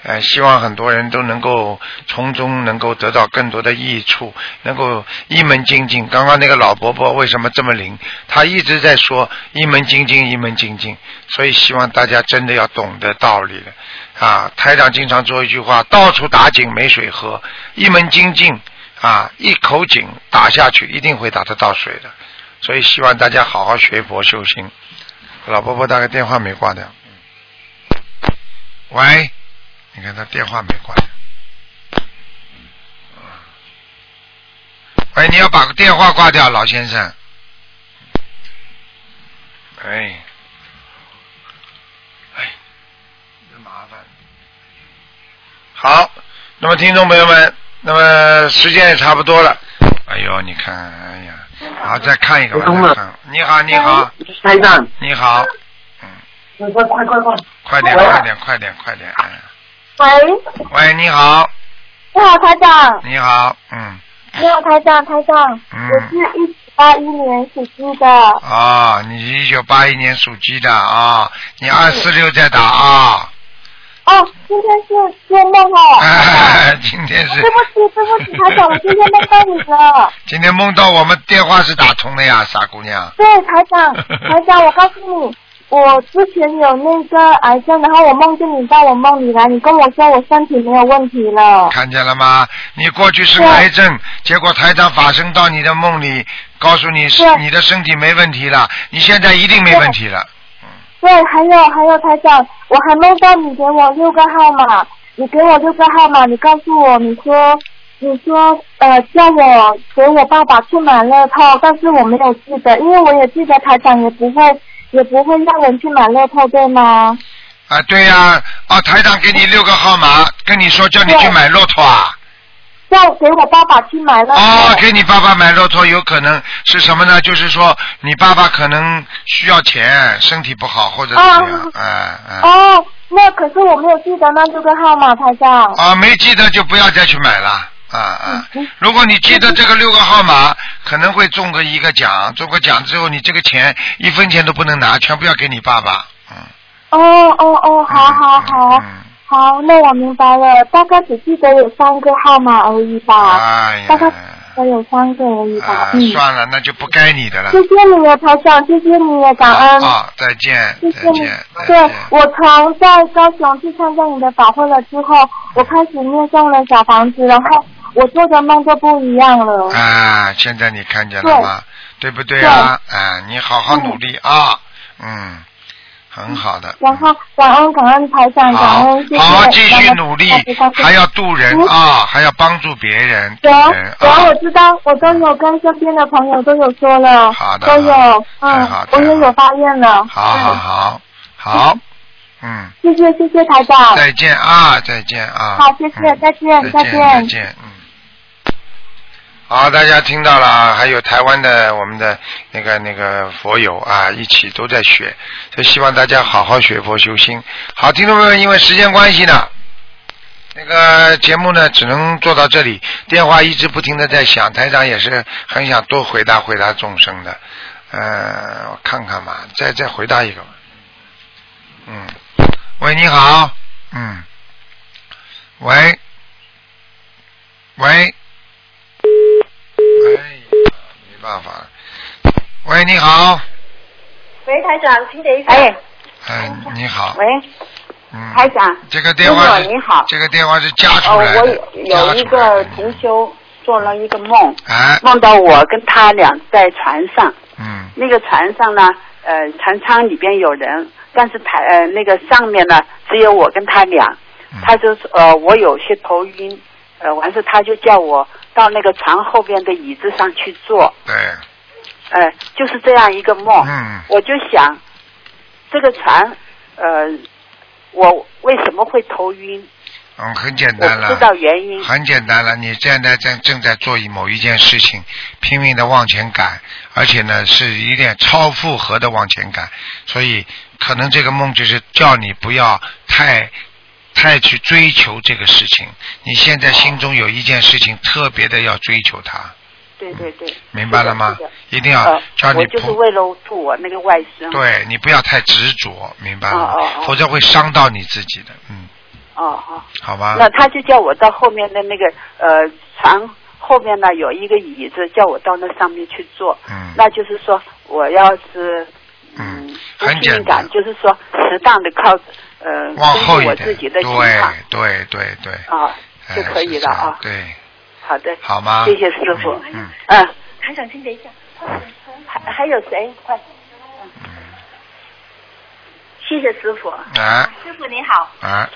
B: 呃，希望很多人都能够从中能够得到更多的益处，能够一门精进。刚刚那个老伯伯为什么这么灵？他一直在说一门精进，一门精进。所以希望大家真的要懂得道理了啊！台长经常说一句话：到处打井没水喝，一门精进啊，一口井打下去一定会打得到水的。所以希望大家好好学佛修心。老伯伯大概电话没挂掉。喂，你看他电话没挂掉。喂，你要把电话挂掉，老先生。哎，哎，真麻烦。好，那么听众朋友们，那么时间也差不多了。哎呦，你看，哎呀，好，再看一个吧。
N: 通了
B: 再看你好，你好，
N: 台长，
B: 你好，
N: 快快快快！
B: 快点，
N: 喂
B: 快点，快点，快点。嗯
O: 喂，
B: 喂，你好，
O: 你好台长，
B: 你好，嗯，
O: 你好台长，台长，
B: 嗯
O: 我是一九八一年属鸡的，
B: 啊、你一九八一年属鸡的啊、你二四六在打啊、
O: 哦，今天是做梦哦。
B: 哎，今天是
O: 对不起，对不起，台长，我今天梦到你了。
B: 今天梦到我们电话是打通了呀，傻姑娘。
O: (laughs) 对，台长，台长，我告诉你，我之前有那个癌症，然后我梦见你到我梦里来，你跟我说我身体没有问题了。
B: 看见了吗？你过去是癌症，结果台长法身到你的梦里，告诉你是你的身体没问题了，你现在一定没问题了。
O: 对，还有还有，台长，我还梦到你给我六个号码，你给我六个号码，你告诉我，你说你说呃叫我给我爸爸去买乐透，但是我没有记得，因为我也记得台长也不会也不会让人去买乐透，对吗？
B: 啊，对呀、啊，台长给你六个号码，跟你说叫你去买骆驼啊。
O: 要给我爸爸去买乐透。
B: 哦，给你爸爸买骆驼有可能是什么呢？就是说你爸爸可能需要钱，身体不好或者怎么样，哎哎。
O: 哦，那可是我没有记得那六个号码，台长。
B: 啊，没记得就不要再去买了。啊啊！如果你记得这个六个号码，可能会中个一个奖，中个奖之后，你这个钱一分钱都不能拿，全部要给你爸爸。
O: 哦哦哦，好好
B: 嗯
O: 好，好，那我明白了，大概只记得有三个号码而已吧，
B: 哎呀
O: 大，概只有三个而已吧
B: 啊，，
O: 嗯，
B: 算了，那就不该你的了
O: 谢。谢你了，台长，谢谢你了，感恩。
B: 啊，再见，
O: 谢
B: 再
O: 谢你
B: 见。。
O: 对，我从在高雄去参加你的法会了之后，我开始念诵了小房子，然后我做的梦就不一样了。
B: 啊，现在你看见了吗？对不对啊？啊，你好好努力啊，嗯，很好的。
O: 然后感恩感恩台长，感
B: 好
O: 恩谢，谢。
B: 好，继续努力
O: 感恩感，恩
B: 还要渡人啊，还要帮助别人，
O: 嗯有
B: 渡人
O: 有
B: 啊，
O: 我知道，我都有跟身边的朋友都有说了，
B: 好的
O: 都有，
B: 太
O: 嗯
B: 好，
O: 我也有发现了。
B: 好好好好，嗯，
O: 谢谢谢谢台长，
B: 再见啊，再见啊，
O: 好，谢谢，再见
B: 再见，再
O: 见。
B: 见，嗯。好，大家听到了啊，还有台湾的我们的那个那个佛友啊，一起都在学，就希望大家好好学佛修心。好，听众朋友们，因为时间关系呢，那个节目呢只能做到这里，电话一直不停的在响，台长也是很想多回答回答众生的。呃，我看看吧，再再回答一个吧。嗯，喂，你好，嗯，喂，喂，哎呀，没办法了。喂，你好，
P: 喂，台长，请等一下。哎，
B: 哎，你好，
P: 喂，
B: 嗯，
P: 台长，
B: 这个电话是
P: 师傅你好
B: 这个电话是加
P: 哦，
B: 出来
P: 我
B: 的，
P: 有有一个同修做了一个梦，
B: 哎，
P: 梦到我跟他俩在船上，
B: 嗯，
P: 那个船上呢，呃，船舱里边有人，但是台呃那个上面呢只有我跟他俩，
B: 嗯
P: 他就是呃我有些头晕，呃完事他就叫我到那个船后边的椅子上去坐，
B: 对，
P: 呃就是这样一个梦，
B: 嗯，
P: 我就想，这个船，呃，我为什么会头晕？
B: 嗯，很简
P: 我
B: 单
P: 不知
B: 了
P: 道。原因。
B: 很简单了，你现在正正在做一某一件事情，拼命的往前赶，而且呢是有点超负荷的往前赶，所以可能这个梦就是叫你不要太太去追求这个事情。你现在心中有一件事情特别的要追求它，
P: 对对对。
B: 明白了吗
P: 是的？
B: 一定要
P: 呃
B: 啊叫，你
P: 我就是
B: 不
P: 为了度我那个外甥。。
B: 对你不要太执着，明白吗
P: 哦哦？哦
B: 否则会伤到你自己的，嗯，
P: 哦哦。
B: 好吧？
P: 那他就叫我到后面的那个呃船后面呢有一个椅子，叫我到那上面去坐。
B: 嗯。
P: 那就是说，我要是
B: 嗯，
P: 不
B: 很简
P: 敏
B: 单
P: 感，，就是说适当的靠呃
B: 往后
P: 根据
B: 一
P: 我
B: 点，
P: 自己的
B: 对
P: 情况
B: 对对对，
P: 啊
B: 哎
P: 就可以了啊。
B: 是这样
P: 好的
B: 对，。好吗？
P: 谢谢师傅。
B: 嗯，
P: 嗯。
O: 还想听等一下，
P: 还还有谁？快。
Q: 谢谢师傅。
B: 哎
Q: 师傅你好，
B: 啊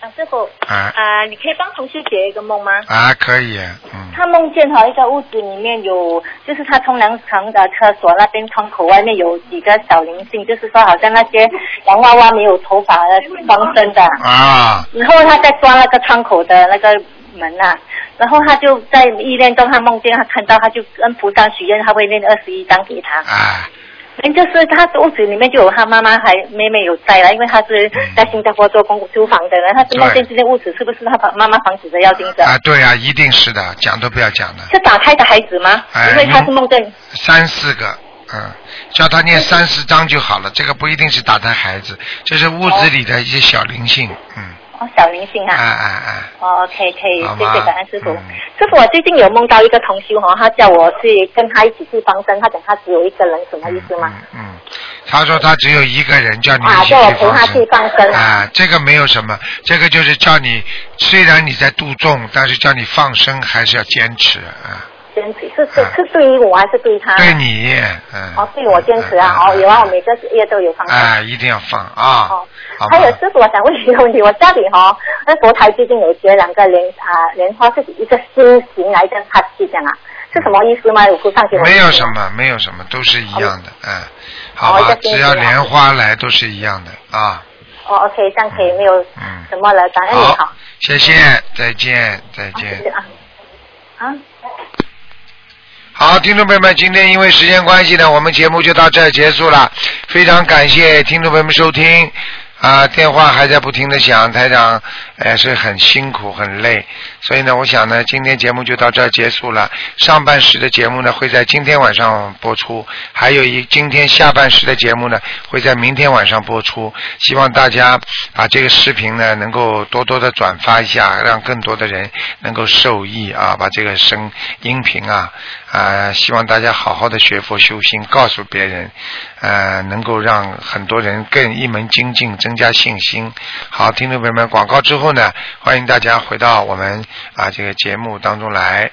Q: 啊师傅，
B: 啊
Q: 啊你可以帮同学解一个梦吗？
B: 啊，可以，嗯，
Q: 他梦见哈一个屋子里面有，就是他冲凉床的厕所那边窗口外面有几个小灵性，就是说好像那些洋娃娃没有头发的双生的，
B: 啊，
Q: 然后他在抓那个窗口的那个门呐、然后他就在意念中，他梦见他看到，他就跟菩萨许愿，他会念二十一章给他。
B: 啊。
Q: 就是他屋子里面就有他妈妈还妹妹有在了，因为他是在新加坡做工租房的人，他是梦见这间屋子是不是他房妈妈房子的要精者？
B: 啊，对啊，一定是的，讲都不要讲的，
Q: 是打胎的孩子吗？
B: 哎
Q: 因为他是梦见
B: 三四个嗯，叫他念三四章就好了。这个不一定是打胎孩子，这是屋子里的一些小灵性，嗯，
E: 哦，小灵性啊。
B: 哎哎哎，
E: 哦，OK，可以，
B: 好
E: 谢
B: 吗嗯
E: 谢感恩师傅。师傅，我最近有梦到一个同修哈，他叫我去跟他一起去放生，他讲他只有一个人，什么意思吗？
B: 嗯他说他只有一个人，嗯叫你
E: 啊
B: 一，起
E: 叫我
B: 去
E: 陪
B: 放
E: 他
B: 生
E: 去。放生。
B: 啊，这个没有什么，这个就是叫你，虽然你在度众，但是叫你放生还是要坚持啊，
E: 坚持是是是对于我还是对他？
B: 对你，嗯，
E: 哦，对我坚持啊！哦，有啊，我每个月都有放生。
B: 哎，一定要放啊，好吧
E: 还有师傅，我想问一个问题，我家里哈、哦，那佛台最近有结两个莲啊、莲花，是一个心形来跟哈气这样啊，是什么意思吗？有菩萨给我
B: 没有什么，没有什么，都是一样的，嗯，好吧
E: 哦一，个
B: 只
E: 星期
B: 要
E: 啊
B: 莲花来都是一样的啊，
E: 哦，OK，这样可以，没有
B: 嗯
E: 什么了，感恩你好。
B: 谢谢，再见，再见。
E: 啊啊，
B: 好，听众朋友们，今天因为时间关系呢，我们节目就到这儿结束了。非常感谢听众朋友们收听，啊，电话还在不停的响，台长呃是很辛苦很累，所以呢，我想呢，今天节目就到这儿结束了。上半时的节目呢会在今天晚上播出，还有一今天下半时的节目呢会在明天晚上播出。希望大家把这个视频呢能够多多的转发一下，让更多的人能够受益啊，把这个声音频啊。啊、希望大家好好的学佛修心，告诉别人，呃，能够让很多人更一门精进，增加信心。好，听众朋友们，广告之后呢，欢迎大家回到我们啊这个节目当中来。